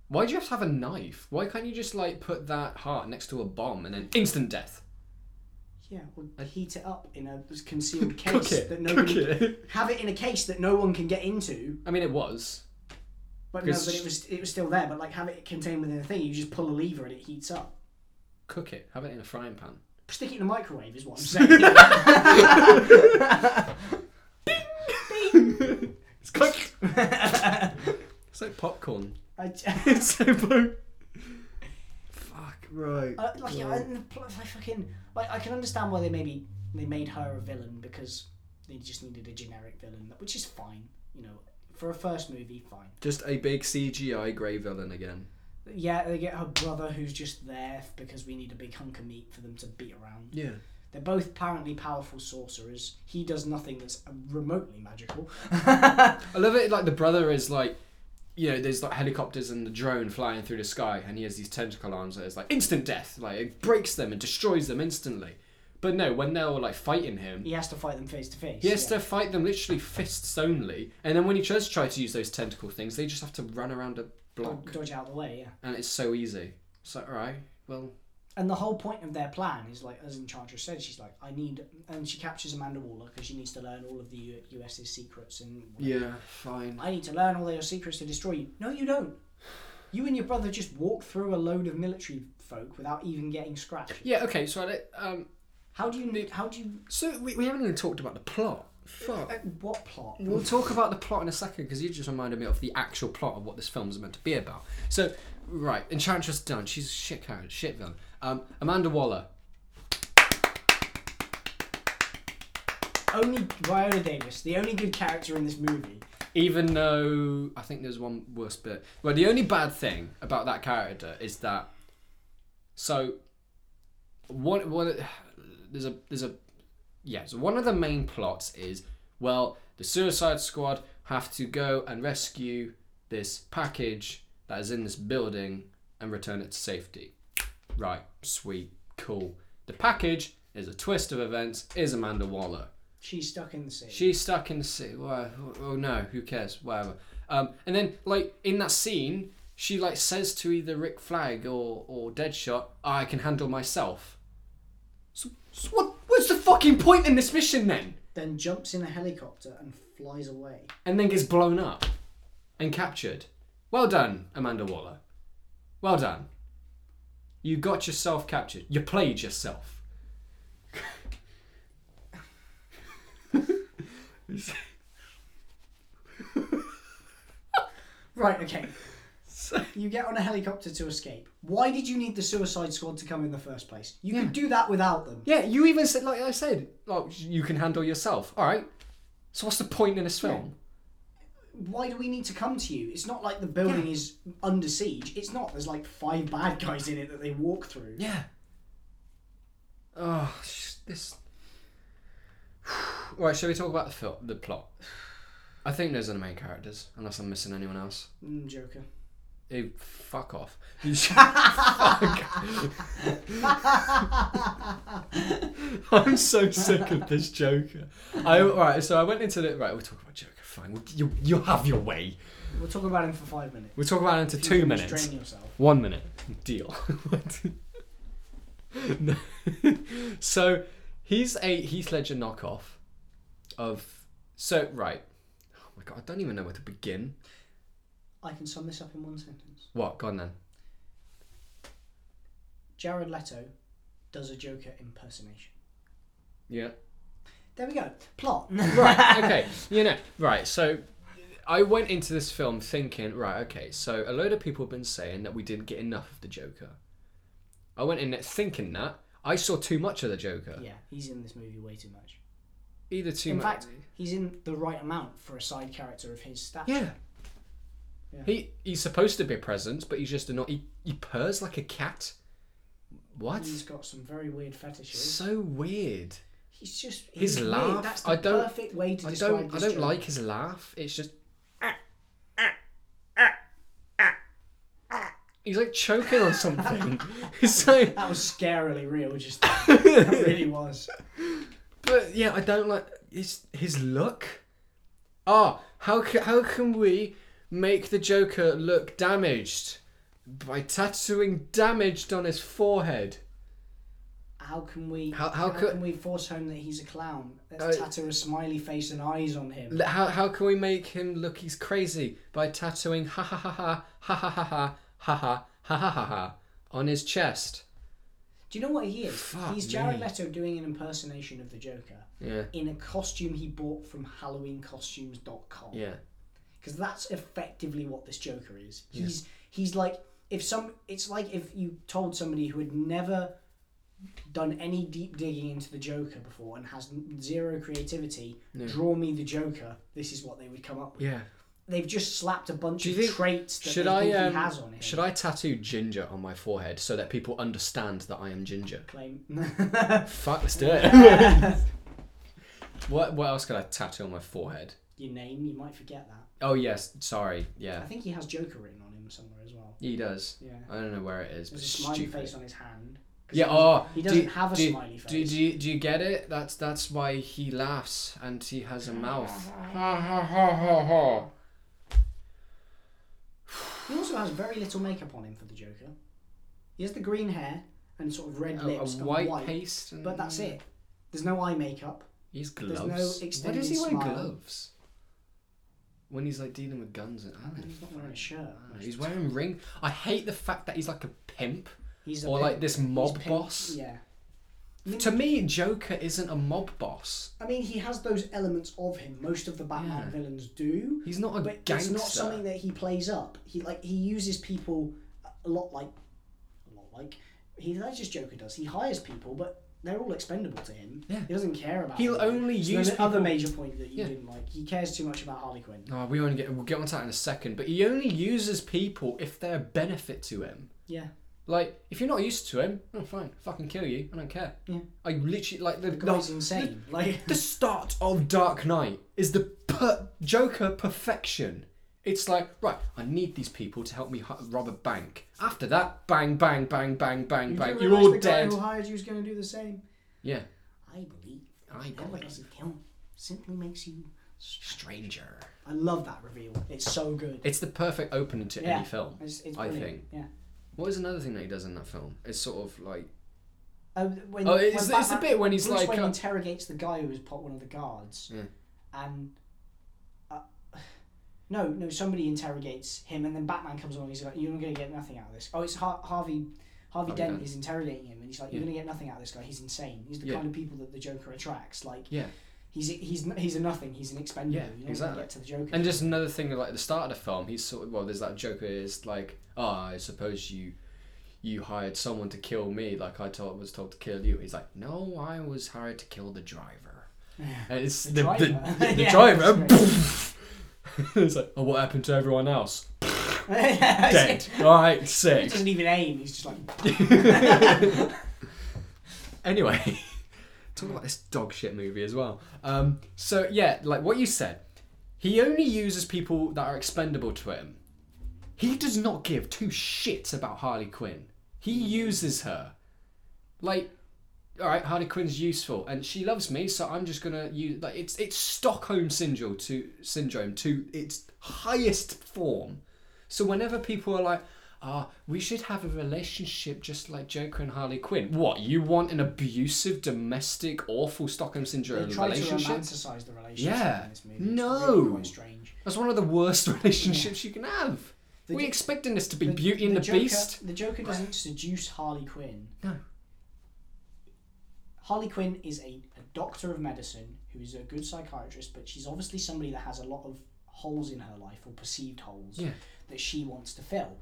Why do you have to have a knife? Why can't you just like put that heart next to a bomb and then instant death?
Yeah, or heat it up in a concealed case
Cook it.
that
cook
nobody
it.
have it in a case that no one can get into.
I mean, it was.
But no,
Because-
but it was it was still there. But like have it contained within a thing. You just pull a lever and it heats up.
Cook it. Have it in a frying pan.
Stick it in a microwave is what I'm saying.
It's cooked. it's like popcorn.
I j-
It's so blue. Fuck right.
Uh, like, yeah, and the pl- like fucking like I can understand why they maybe they made her a villain because They just needed a generic villain, which is fine. You know, for a first movie, fine.
Just a big CGI grey villain again.
Yeah, they get her brother who's just there f- because we need a big hunk of meat for them to beat around.
Yeah.
They're both apparently powerful sorcerers. He does nothing that's remotely magical.
I love it. Like the brother is like, you know, there's like helicopters and the drone flying through the sky, and he has these tentacle arms that is like instant death. Like it breaks them and destroys them instantly. But no, when they're all like fighting him,
he has to fight them face to face.
he has to fight them literally fists only. And then when he does try to use those tentacle things, they just have to run around a block,
dodge out of the way. Yeah.
and it's so easy. So all right, well,
And the whole point of their plan is like, as Enchantress said, she's like, I need, and she captures Amanda Waller because she needs to learn all of the U- US's secrets and.
yeah, fine.
I need to learn all their secrets to destroy you. No, you don't. You and your brother just walk through a load of military folk without even getting scratched.
Yeah, okay. So I, don't- um,
How do you? How do you?
so we, we haven't even talked about the plot. Fuck.
uh, What plot?
We'll talk about the plot in a second because you just reminded me of the actual plot of what this film is meant to be about. So, right, Enchantress done. She's a shit character, shit villain. Um, Amanda Waller.
Only Viola Davis, the only good character in this movie.
Even though I think there's one worse bit. Well, the only bad thing about that character is that. So, one one there's a there's a yeah. So one of the main plots is well the Suicide Squad have to go and rescue this package that is in this building and return it to safety. Right, sweet, cool. The package is a twist of events. Is Amanda Waller.
She's stuck in the city.
She's stuck in the city. Well, oh no, who cares? Whatever. Um, and then like in that scene, she like says to either Rick Flag or or Deadshot, "I can handle myself." So, so what? What's the fucking point in this mission then?
then jumps in a helicopter and flies away.
And then gets blown up and captured. Well done, Amanda Waller. Well done. You got yourself captured. You played yourself.
Right. Okay. You get on a helicopter to escape. Why did you need the Suicide Squad to come in the first place? You could do that without them.
Yeah, you even said, like I said, like you can handle yourself. All right. So what's the point in this film?
Why do we need to come to you? It's not like the building is under siege. It's not. There's like five bad guys in it that they walk through.
Yeah. Oh, sh- this. right, shall we talk about the fil- the plot? I think those are the main characters, unless I'm missing anyone else.
Mm, Joker.
Hey, fuck off. Fuck. I'm so sick of this Joker. I right, so I went into the right. We'll talk about Joker. Fine, We'll- you you have your way.
We'll talk about him for five minutes.
We'll talk about it into
You
two
can
minutes.
Restrain yourself.
One minute. Deal. What? No. so he's a Heath Ledger knockoff of so right. Oh my god, I don't even know where to begin.
I can sum this up in one sentence.
What? Go on then.
Jared Leto does a Joker impersonation.
Yeah.
There we go. Plot.
Right, okay. You know, right, so I went into this film thinking, right, okay, so a load of people have been saying that we didn't get enough of the Joker. I went in it thinking that. I saw too much of the Joker.
yeah, he's in this movie way too much.
Either too
in
much.
fact, he's in the right amount for a side character of his stature.
Yeah.
Yeah.
He he's supposed to be a presence, but he's just a not. He, he purrs like a cat. What?
He's got some very weird fetishes.
So weird.
He's just
His
he's weird.
laugh,
That's the
I don't-
perfect way to
I
describe
don't I
this
don't
Joker.
like his laugh. It's just. He's like choking on something. It's like,
That was scarily real. Just that really was.
but yeah, I don't like his his look. Ah, how ca- how can we make the Joker look damaged by tattooing damaged on his forehead?
How can we?
How- how could-
can we force home that he's a clown? Let's
Uh,
tattoo a smiley face and eyes on him.
L- How, how can we make him look he's crazy by tattooing ha ha ha ha ha ha ha ha ha ha ha ha ha ha on his chest?
Do you know what he is?
Fuck
he's Jared
me.
Leto doing an impersonation of the Joker
Yeah,
in a costume he bought from HalloweenCostumes.com.
yeah,
because that's effectively what this Joker is. He's he's like if some it's like if you told somebody who had never done any deep digging into the Joker before and has n- zero creativity,
No.
draw me the Joker. This is what they would come up with.
Yeah.
They've just slapped a bunch
Do
of
you think-
traits that
Should
they
I
think
um,
he has on him.
should I tattoo ginger on my forehead so that people understand that I am ginger?
claim?
Fuck, let's do it. what what else could I tattoo on my forehead?
Your name, you might forget that.
Oh yes, sorry.
I
Yeah,
think he has Joker written on him somewhere as well.
he does.
Yeah.
I don't know where it is, but
There's a
it's
smiley
stupid.
face on his hand. 'Cause
Yeah.
he doesn't-
Oh,
he
do-
doesn't have a
do,
smiley face.
Do, do, you, do you get it? That's that's why he laughs and he has a mouth. Ha ha ha ha ha.
He also has very little makeup on him for the Joker. He has the green hair and sort of red
Oh, A, a
lips
white,
and white,
paste. And
but that's it. There's no eye makeup.
He's
There's no
gloves. why
extended
does he wear
smile.
gloves? When he's like dealing with guns and
And he's not wearing a shirt.
He's wearing ring. I hate the fact that he's like a pimp
He's a
or
bit-
like this
he's
mob
pink-
boss.
Yeah.
To me, Joker isn't a mob boss.
I mean, he has those elements of him. Most of the
Yeah.
Batman villains do.
He's not a
but
gangster.
it's not something that he plays up. He like he uses people a lot like a lot like he that's just Joker does. He hires people, but they're all expendable to him.
Yeah.
He doesn't care about.
He'll
them.
only
so
use
there's another major point that you
Yeah.
didn't like. He cares too much about Harley Quinn.
Oh, we only get we'll get onto that in a second. But he only uses people if they're a benefit to him.
Yeah,
Like, if you're not used to him, oh fine, fucking kill you. I don't care.
Yeah.
I literally like the
the guy's insane. Like
The start of Dark Knight is the per- Joker perfection. It's like, right, I need these people to help me hu- rob a bank. After that, bang, bang, bang, bang, bang, bang.
didn't
You're
realise
all
the
dead.
guy who hired you was going to do the same.
Yeah.
I believe.
I
Never
believe.
does it count. Simply makes you.
Stranger.
I love that reveal. It's so good.
It's the perfect opening to
Yeah.
any film.
It's, it's
I
brilliant.
think.
Yeah.
What is another thing that he does in that film? It's sort of like
Oh, when,
Oh, it's-
when
it's the bit when he's
Bruce
like,
Wayne
uh, Hmm.
interrogates the guy who was part one of the guards,
Yeah.
and uh, no, no, somebody interrogates him, and then Batman comes along. He's like, "You're not going to get nothing out of this." Oh, it's Har- Harvey.
Harvey
Harvey Dent
Dent.
is interrogating him, and he's like, "You're
Yeah.
going to get nothing out of this guy. He's insane. He's the
Yeah.
kind of people that the Joker attracts. Like,
Yeah.
he's he's n- he's a nothing. He's an expendable.
Yeah,
You're not gonna
exactly.
Get to the Joker.
And just another thing, like at the start of the film, he's sort of well. There's that Joker is like, oh, I suppose you, you hired someone to kill me, like I told was told to kill you. He's like, no, I was hired to kill the driver. And it's the the
driver.
driver. The,
Yeah,
driver.
that's
it's like, oh, what happened to everyone else?
Yeah,
Dead. All right,
He
sick.
doesn't even aim. He's just like,
Anyway, talk about this dog shit movie as well. Um, so yeah, like what you said, he only uses people that are expendable to him. He does not give two shits about Harley Quinn. He uses her. Like, all right, Harley Quinn's useful, and she loves me, so I'm just gonna use like it's it's Stockholm syndrome to syndrome to its highest form. So whenever people are like, ah, we should have a relationship just like Joker and Harley Quinn. What you want an abusive, domestic, awful Stockholm syndrome
they try to
relationship?
romanticize the relationship
Yeah.
in this movie. It's
No.
really quite strange.
That's one of the worst relationships you can have.
The
we
Jo-
expecting this to be Beauty and the,
Joker,
Beast.
The Joker doesn't seduce Harley Quinn.
No.
Harley Quinn is a, a doctor of medicine who is a good psychiatrist, but she's obviously somebody that has a lot of holes in her life or perceived holes
Yeah.
that she wants to fill.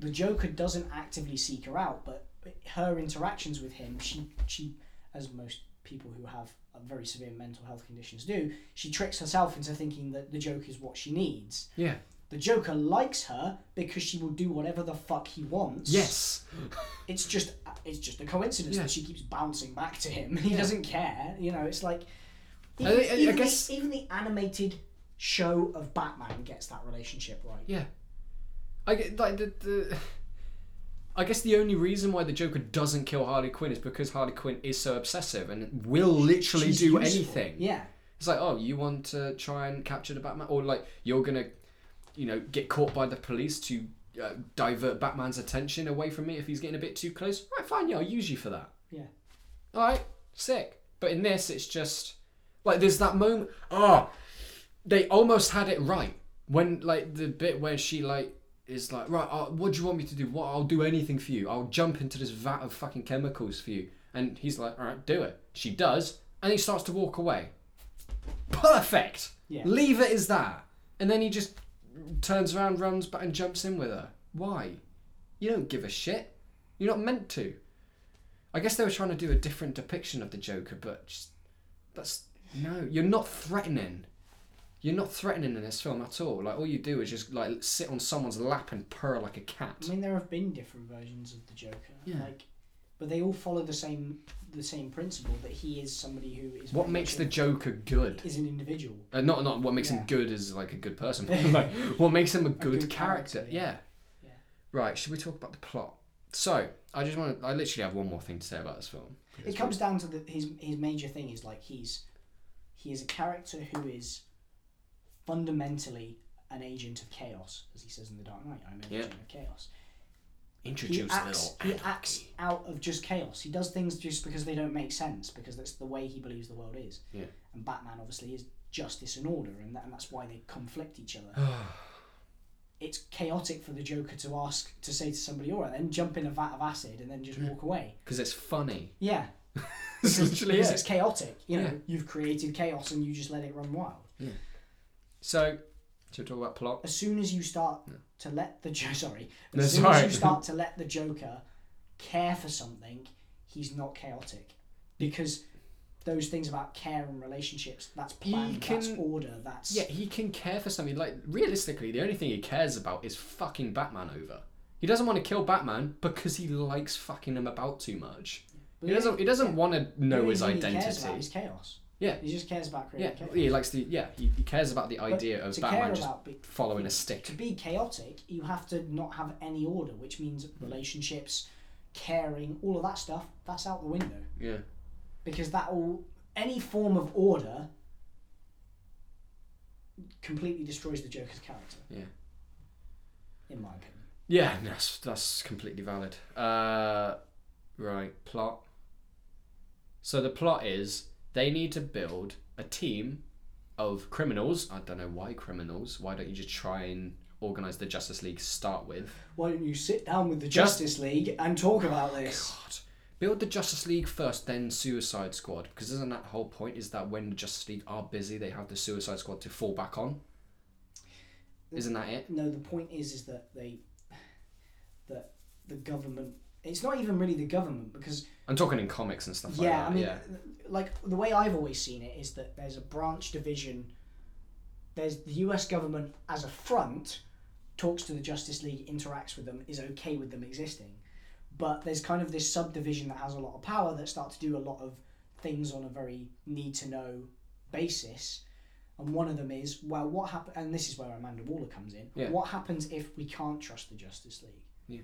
The Joker doesn't actively seek her out, but her interactions with him, she she, as most people who have uh, very severe mental health conditions do, she tricks herself into thinking that the Joker is what she needs.
Yeah.
The Joker likes her because she will do whatever the fuck he wants.
Yes.
It's just it's just a coincidence
Yeah.
that she keeps bouncing back to him. He doesn't care. You know, it's like
I- I-
even,
I
even
guess-
the, even the animated show of Batman gets that relationship right.
Yeah. I get like the, the I guess the only reason why the Joker doesn't kill Harley Quinn is because Harley Quinn is so obsessive and will literally
She's
do
useful.
anything.
Yeah.
It's like, oh, you want to try and capture the Batman, or like you're gonna, you know, get caught by the police to uh, divert Batman's attention away from me if he's getting a bit too close. Right, fine, yeah, I'll use you for that.
Yeah.
All right, sick. But in this, it's just like there's that moment. Ah, they almost had it right when like the bit where she like is like, right, uh, what do you want me to do? What I'll do anything for you. I'll jump into this vat of fucking chemicals for you. And he's like, all right, do it. She does, and he starts to walk away. Perfect.
Yeah.
Leave it as that. And then he just turns around, runs back, and jumps in with her. Why? You don't give a shit. You're not meant to. I guess they were trying to do a different depiction of the Joker, but just, that's no. You're not threatening. You're not threatening in this film at all. Like all you do is just like sit on someone's lap and purr like a cat.
I mean, there have been different versions of the Joker.
Yeah.
Like, but they all follow the same the same principle that he is somebody who is
What
very
makes the
much
Joker good?
an- is an individual.
Uh, not not what makes him
Yeah.
good is like a good person. but, like what makes him a good,
good
character?
character,
yeah.
yeah. Yeah.
Right. Should we talk about the plot? So I just want to. I literally have one more thing to say about this film.
It comes down to the, his his major thing is like he's he is a character who is fundamentally an agent of chaos, as he says in The Dark Knight. I'm an
Yeah.
agent of chaos. He
Introduce
acts,
little.
he acts out of just chaos. He does things just because they don't make sense, because that's the way he believes the world is.
Yeah.
And Batman obviously is justice and order, and, that, and that's why they conflict each other. it's chaotic for the Joker to ask to say to somebody, "All right, then jump in a vat of acid and then just walk away."
Because it's funny.
Yeah,
it's literally
because
it.
it's chaotic. You know,
Yeah.
you've created chaos and you just let it run wild.
So, should we talk about plot?
As soon as you start to let the jo- sorry, as
That's
soon
alright.
as you start to let the Joker care for something, he's not chaotic because those things about care and relationships that's planned, that's
can-
order, that's
Yeah, he can care for something. Like, realistically, the only thing he cares about is fucking Batman over. He doesn't want to kill Batman because he likes fucking him about too much.
But
he doesn't. He doesn't want to
the
know
only
his
thing He cares
identity.
about is chaos.
Yeah.
he just cares about
yeah,
creating chaos.
he likes the. Yeah, he, he cares about the
But
idea of
to
Batman
care
just
about be-
following a
to
stick.
be chaotic, you have to not have any order, which means
Mm.
relationships, caring, all of that stuff, that's out the window.
Yeah.
Because that all, any form of order completely destroys the Joker's character.
Yeah.
In my opinion.
Yeah, that's that's completely valid. Uh, right, plot. So the plot is they need to build a team of criminals. I don't know why criminals. Why don't you just try and organize the Justice League to start with?
Why don't you sit down with the
Just- Oh,
Justice League and talk about this?
God, build the Justice League first, then Suicide Squad. Because isn't that the whole point? Is that when the Justice League are busy, they have the Suicide Squad to fall back on. Isn't that it?
No, the point is, is that they, that the government. It's not even really the government because
I'm talking in comics and stuff like
yeah,
that.
I mean,
yeah,
th- like the way I've always seen it is that there's a branch division. There's the U.S. government as a front, talks to the Justice League, interacts with them, is okay with them existing, but there's kind of this subdivision that has a lot of power that start to do a lot of things on a very need to know basis. And one of them is, well, what happen? And this is where Amanda Waller comes in.
Yeah.
What happens if we can't trust the Justice League?
Yeah.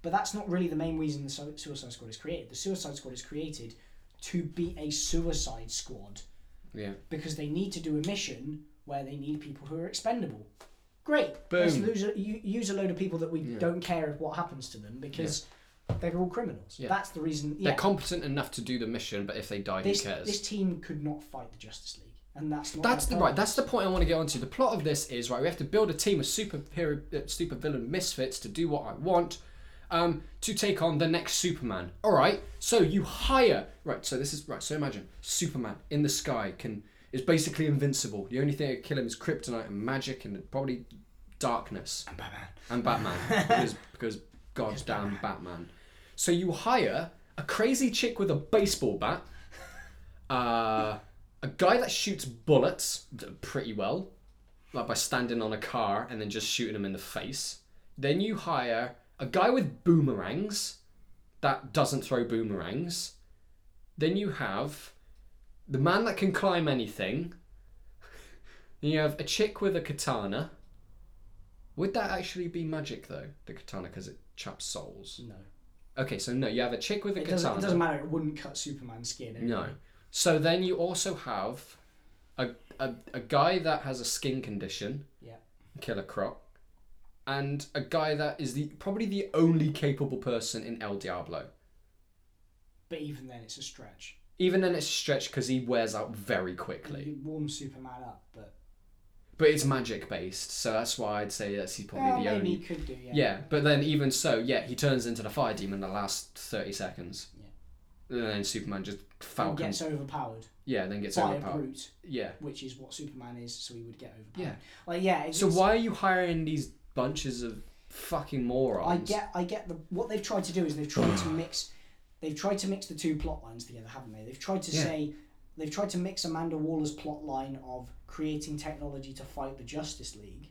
But that's not really the main reason the Su- Suicide Squad is created. The Suicide Squad is created to be a suicide squad
yeah.
because they need to do a mission where they need people who are expendable. Great. Let's
Boom.
lose a, u- use a load of people that we don't care what happens to them because they're all criminals.
Yeah.
That's the reason.
They're
Yeah,
competent enough to do the mission, but if they die,
this,
who cares?
this team could not fight the Justice League, and that's not.
That's the
their
right.
purpose.
That's the point I want to get onto. The plot of this is right. We have to build a team of superhero, uh, supervillain misfits to do what I want, um, to take on the next Superman. All right. So you hire right. So this is right. So imagine Superman in the sky can is basically invincible. The only thing that can kill him is kryptonite and magic and probably darkness and Batman because because goddamn Batman. So you hire a crazy chick with a baseball bat, uh, a guy that shoots bullets d- pretty well, like by standing on a car and then just shooting them in the face. Then you hire a guy with boomerangs that doesn't throw boomerangs. Then you have the man that can climb anything. Then you have a chick with a katana. Would that actually be magic though? The katana because it chaps souls.
No,
Okay, so no, you have a chick with a
it doesn't,
katana.
it doesn't matter. It wouldn't cut Superman's skin. It-
No. So then you also have a, a, a guy that has a skin condition,
Yeah.
Killer Croc, and a guy that is the probably the only capable person in El Diablo.
But even then, it's a stretch.
Even then, it's stretched because he wears out very quickly.
You warm Superman up, but
But it's magic based, so that's why I'd say that's he's probably
Well,
the
uh, Oh, maybe
only.
he could do. Yeah.
Yeah, but then even so, yeah, he turns into the fire demon in the last thirty seconds. Yeah. And then Superman just
He
Falcon.
gets overpowered
yeah, then gets
by a
overpowered.
brute.
Yeah.
which is what Superman is, so he would get overpowered.
Yeah.
Like yeah. It's,
So
it's-
why are you hiring these bunches of fucking morons?
I get I get the what they've tried to do is they've tried to mix they've tried to mix the two plot lines together, haven't they? They've tried to
Yeah.
say they've tried to mix Amanda Waller's plot line of creating technology to fight the Justice League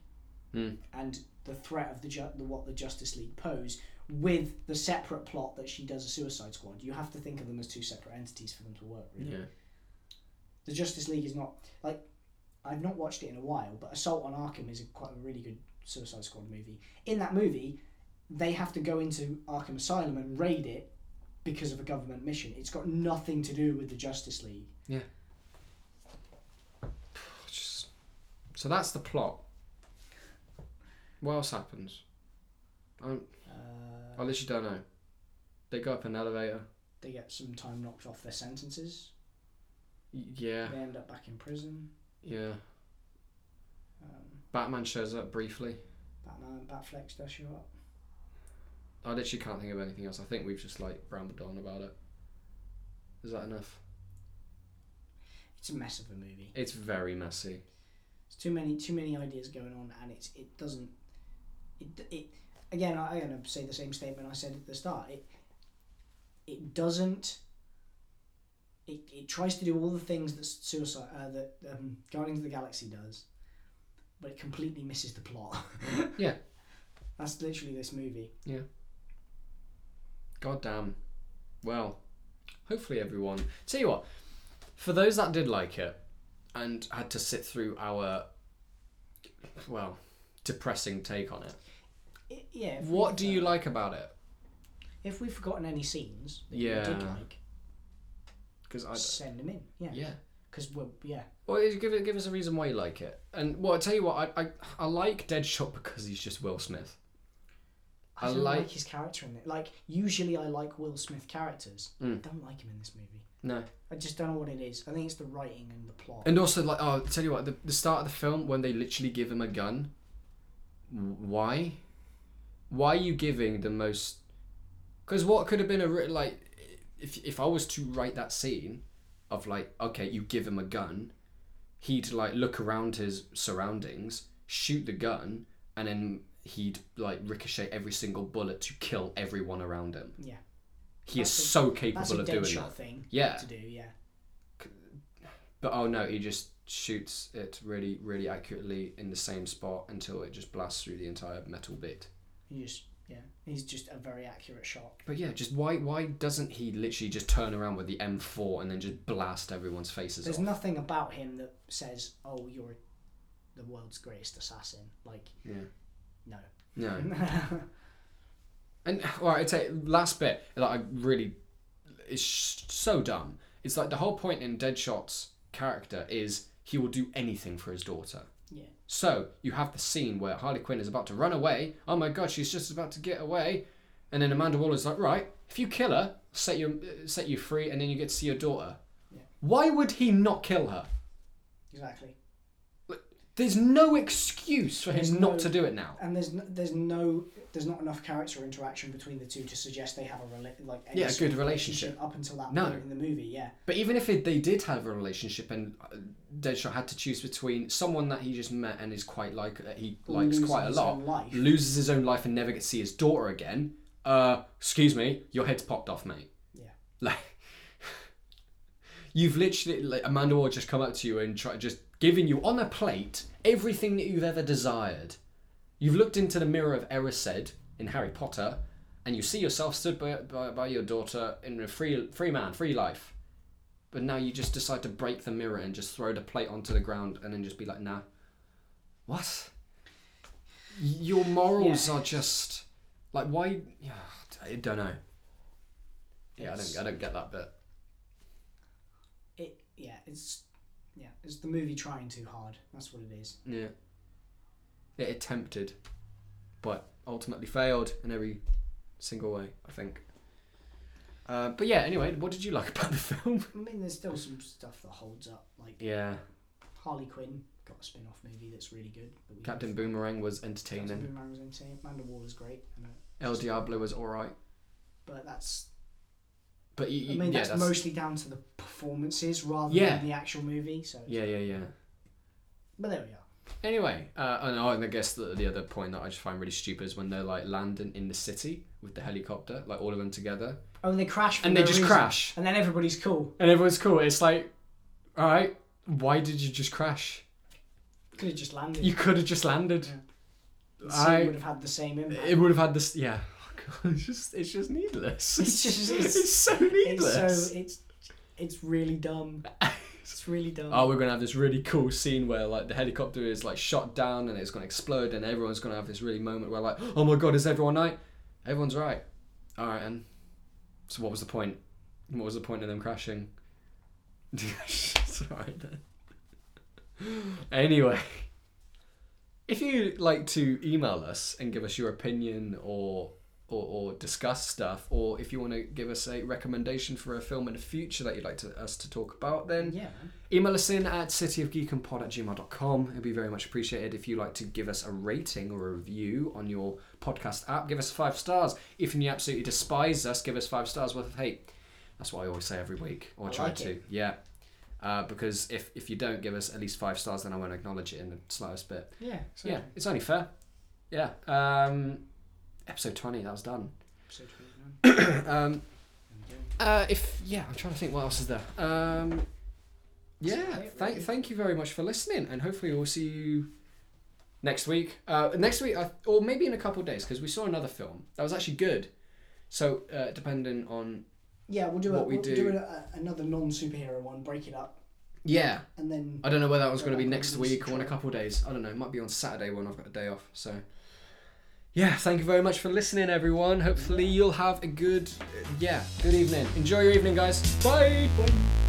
Hmm.
and the threat of the, ju- the what the Justice League pose with the separate plot that she does a Suicide Squad. You have to think of them as two separate entities for them to work. Really.
Yeah.
The Justice League is not like I've not watched it in a while, but Assault on Arkham is a, quite a really good Suicide Squad movie. In that movie, they have to go into Arkham Asylum and raid it because of a government mission. It's got nothing to do with the Justice League.
Just- So that's the plot. What else happens? I
Uh,
literally don't know. They go up an elevator.
they get some time knocked off their sentences.
Y- Yeah,
They end up back in prison.
yeah.
Um,
Batman shows up briefly.
Batman, Batflex does show up.
I literally can't think of anything else. I think we've just like rambled on about it. Is that enough?
It's a mess of a movie.
It's very messy.
It's too many too many ideas going on, and it's it doesn't it d- it again. I, I'm gonna say the same statement I said at the start. It it doesn't. It, it tries to do all the things that suicide uh, that um, Guardians of the Galaxy does, but it completely misses the plot.
Yeah.
that's literally this movie.
God damn. Well, hopefully everyone. Tell you what, for those that did like it and had to sit through our, well, depressing take on it,
It, yeah. if
what
we've,
do you
uh,
like about it?
If we've forgotten any scenes that you did
Yeah.
like,
Because I.
send them in. Yeah.
Yeah.
Because we're yeah.
Well, you give it, give us a reason why you like it. And well, I tell you what, I I, I like Deadshot because he's just Will Smith.
I,
I
don't like,
like-
his character in it. Like usually, I like Will Smith characters.
Mm.
I don't like him in this movie.
No.
I just don't know what it is. I think it's the writing and the plot.
And also, like, oh, I'll tell you what, the, the start of the film when they literally give him a gun. w- Why? Why are you giving the most? Because what could have been a writ- like, if if I was to write that scene, of like, okay, you give him a gun, he'd like look around his surroundings, shoot the gun, and then he'd like ricochet every single bullet to kill everyone around him.
Yeah.
He
That's
is
a-
so
That's
capable
a
of doing
dead shot
that.
thing
Yeah.
to do. Yeah.
But oh no, he just shoots it really, really accurately in the same spot until it just blasts through the entire metal bit.
He just yeah. He's just a very accurate shot.
But yeah, just why why doesn't he literally just turn around with the M4 and then just blast everyone's faces
There's
off?
nothing about him that says, "Oh, you're the world's greatest assassin." Like
Yeah.
no.
No. And all right, I tell you, last bit that I really is so dumb. It's like the whole point in Deadshot's character is he will do anything for his daughter.
yeah.
So you have the scene where Harley Quinn is about to run away. Oh my god, she's just about to get away, and then Amanda Waller's like, right, if you kill her, set you uh, set you free, and then you get to see your daughter.
Yeah.
Why would he not kill her?
Exactly.
There's no excuse for him
There's
not
no-
to do it now.
And there's no, there's no there's not enough character interaction between the two to suggest they have a rela- like any
Yeah, a
sort
good
of
relationship.
up until that
No.
point in the movie. Yeah.
But even if it, they did have a relationship, and uh, Deadshot had to choose between someone that he just met and is quite like that he likes
Losing
quite a
his
lot,
own life.
loses his own life and never gets to see his daughter again. Uh, excuse me, your head's popped off, mate.
Yeah.
Like, you've literally like Amanda Ward just come up to you and try just giving you on a plate everything that you've ever desired. You've looked into the mirror of Erised in Harry Potter, and you see yourself stood by, by, by your daughter in a free free man, free life. But now you just decide to break the mirror and just throw the plate onto the ground and then just be like, nah. What? Your morals
Yeah.
are just like why? Yeah, I don't know. Yeah, I
It's-
don't, I don't get that bit.
it yeah it's yeah it's the movie trying too hard that's what it is
Yeah. It attempted, but ultimately failed in every single way, I think. Uh, but yeah, anyway, what did you like about the film?
i mean there's still some stuff that holds up like
Yeah,
harley quinn got a spin-off movie that's really good that we
Captain Boomerang was entertaining.
Captain Boomerang was insane amanda Waller's great I know.
El Diablo was alright.
but that's
But you,
i mean
yeah,
that's,
that's,
mostly down to the performances rather
Yeah.
than the actual movie so
yeah, yeah, yeah.
but there we are
Anyway, uh, and, oh, and I guess the, the other point that I just find really stupid is when they're like landing in the city with the helicopter, like all of them together,
Oh, and they crash. For
and
no
they just
reason.
crash,
And then everybody's cool.
and everyone's cool. It's like, all right, why did you just crash?
Could have just landed.
You could have just landed.
The
I-
scene would have had the same impact.
It would have had this. Yeah, it's just it's just needless.
It's just-
it's,
it's-
so
it's
needless.
so it's it's really dumb. It's really dumb.
Oh, we're gonna have this really cool scene where like the helicopter is like shot down and it's gonna explode and everyone's gonna have this really moment where like, oh my god, is everyone right? Everyone's right. All right, and so what was the point? What was the point of them crashing? it's alright then. Anyway, if you like to email us and give us your opinion or or, or discuss stuff, or if you want to give us a recommendation for a film in the future that you'd like to, us to talk about, then
Yeah.
Email us in at cityofgeekandpod at gmail.com. It'd be very much appreciated if you like to give us a rating or a review on your podcast app. Give us five stars. If you absolutely despise us, give us five stars worth of hate. That's what I always say every week, or I
I
try
like
to.
it.
Yeah. Uh, because if, if you don't give us at least five stars, then I won't acknowledge it in the slightest bit.
Yeah. So
Yeah, it's only fair. Yeah. Um, episode 20, that was done.
so true, man.
um,
There we go.
uh, if yeah, I'm trying to think what else is there. Um, yeah,
That's it,
thank
really.
thank you very much for listening, and hopefully we'll see you next week. Uh, next week, I, or maybe in a couple of days, because we saw another film that was actually good. So uh, depending on
Yeah, we'll do a,
What we
we'll
do-
do, a, a, another non-superhero one. Break it up,
yeah,
and then
I don't know whether that was going to be
Yeah,
next
we'll just
week or in a
try.
couple of days. I don't know. It might be on Saturday when I've got a day off. So yeah, thank you very much for listening, everyone. Hopefully you'll have a good uh, yeah good evening. Enjoy your evening, guys. Bye.
Boing.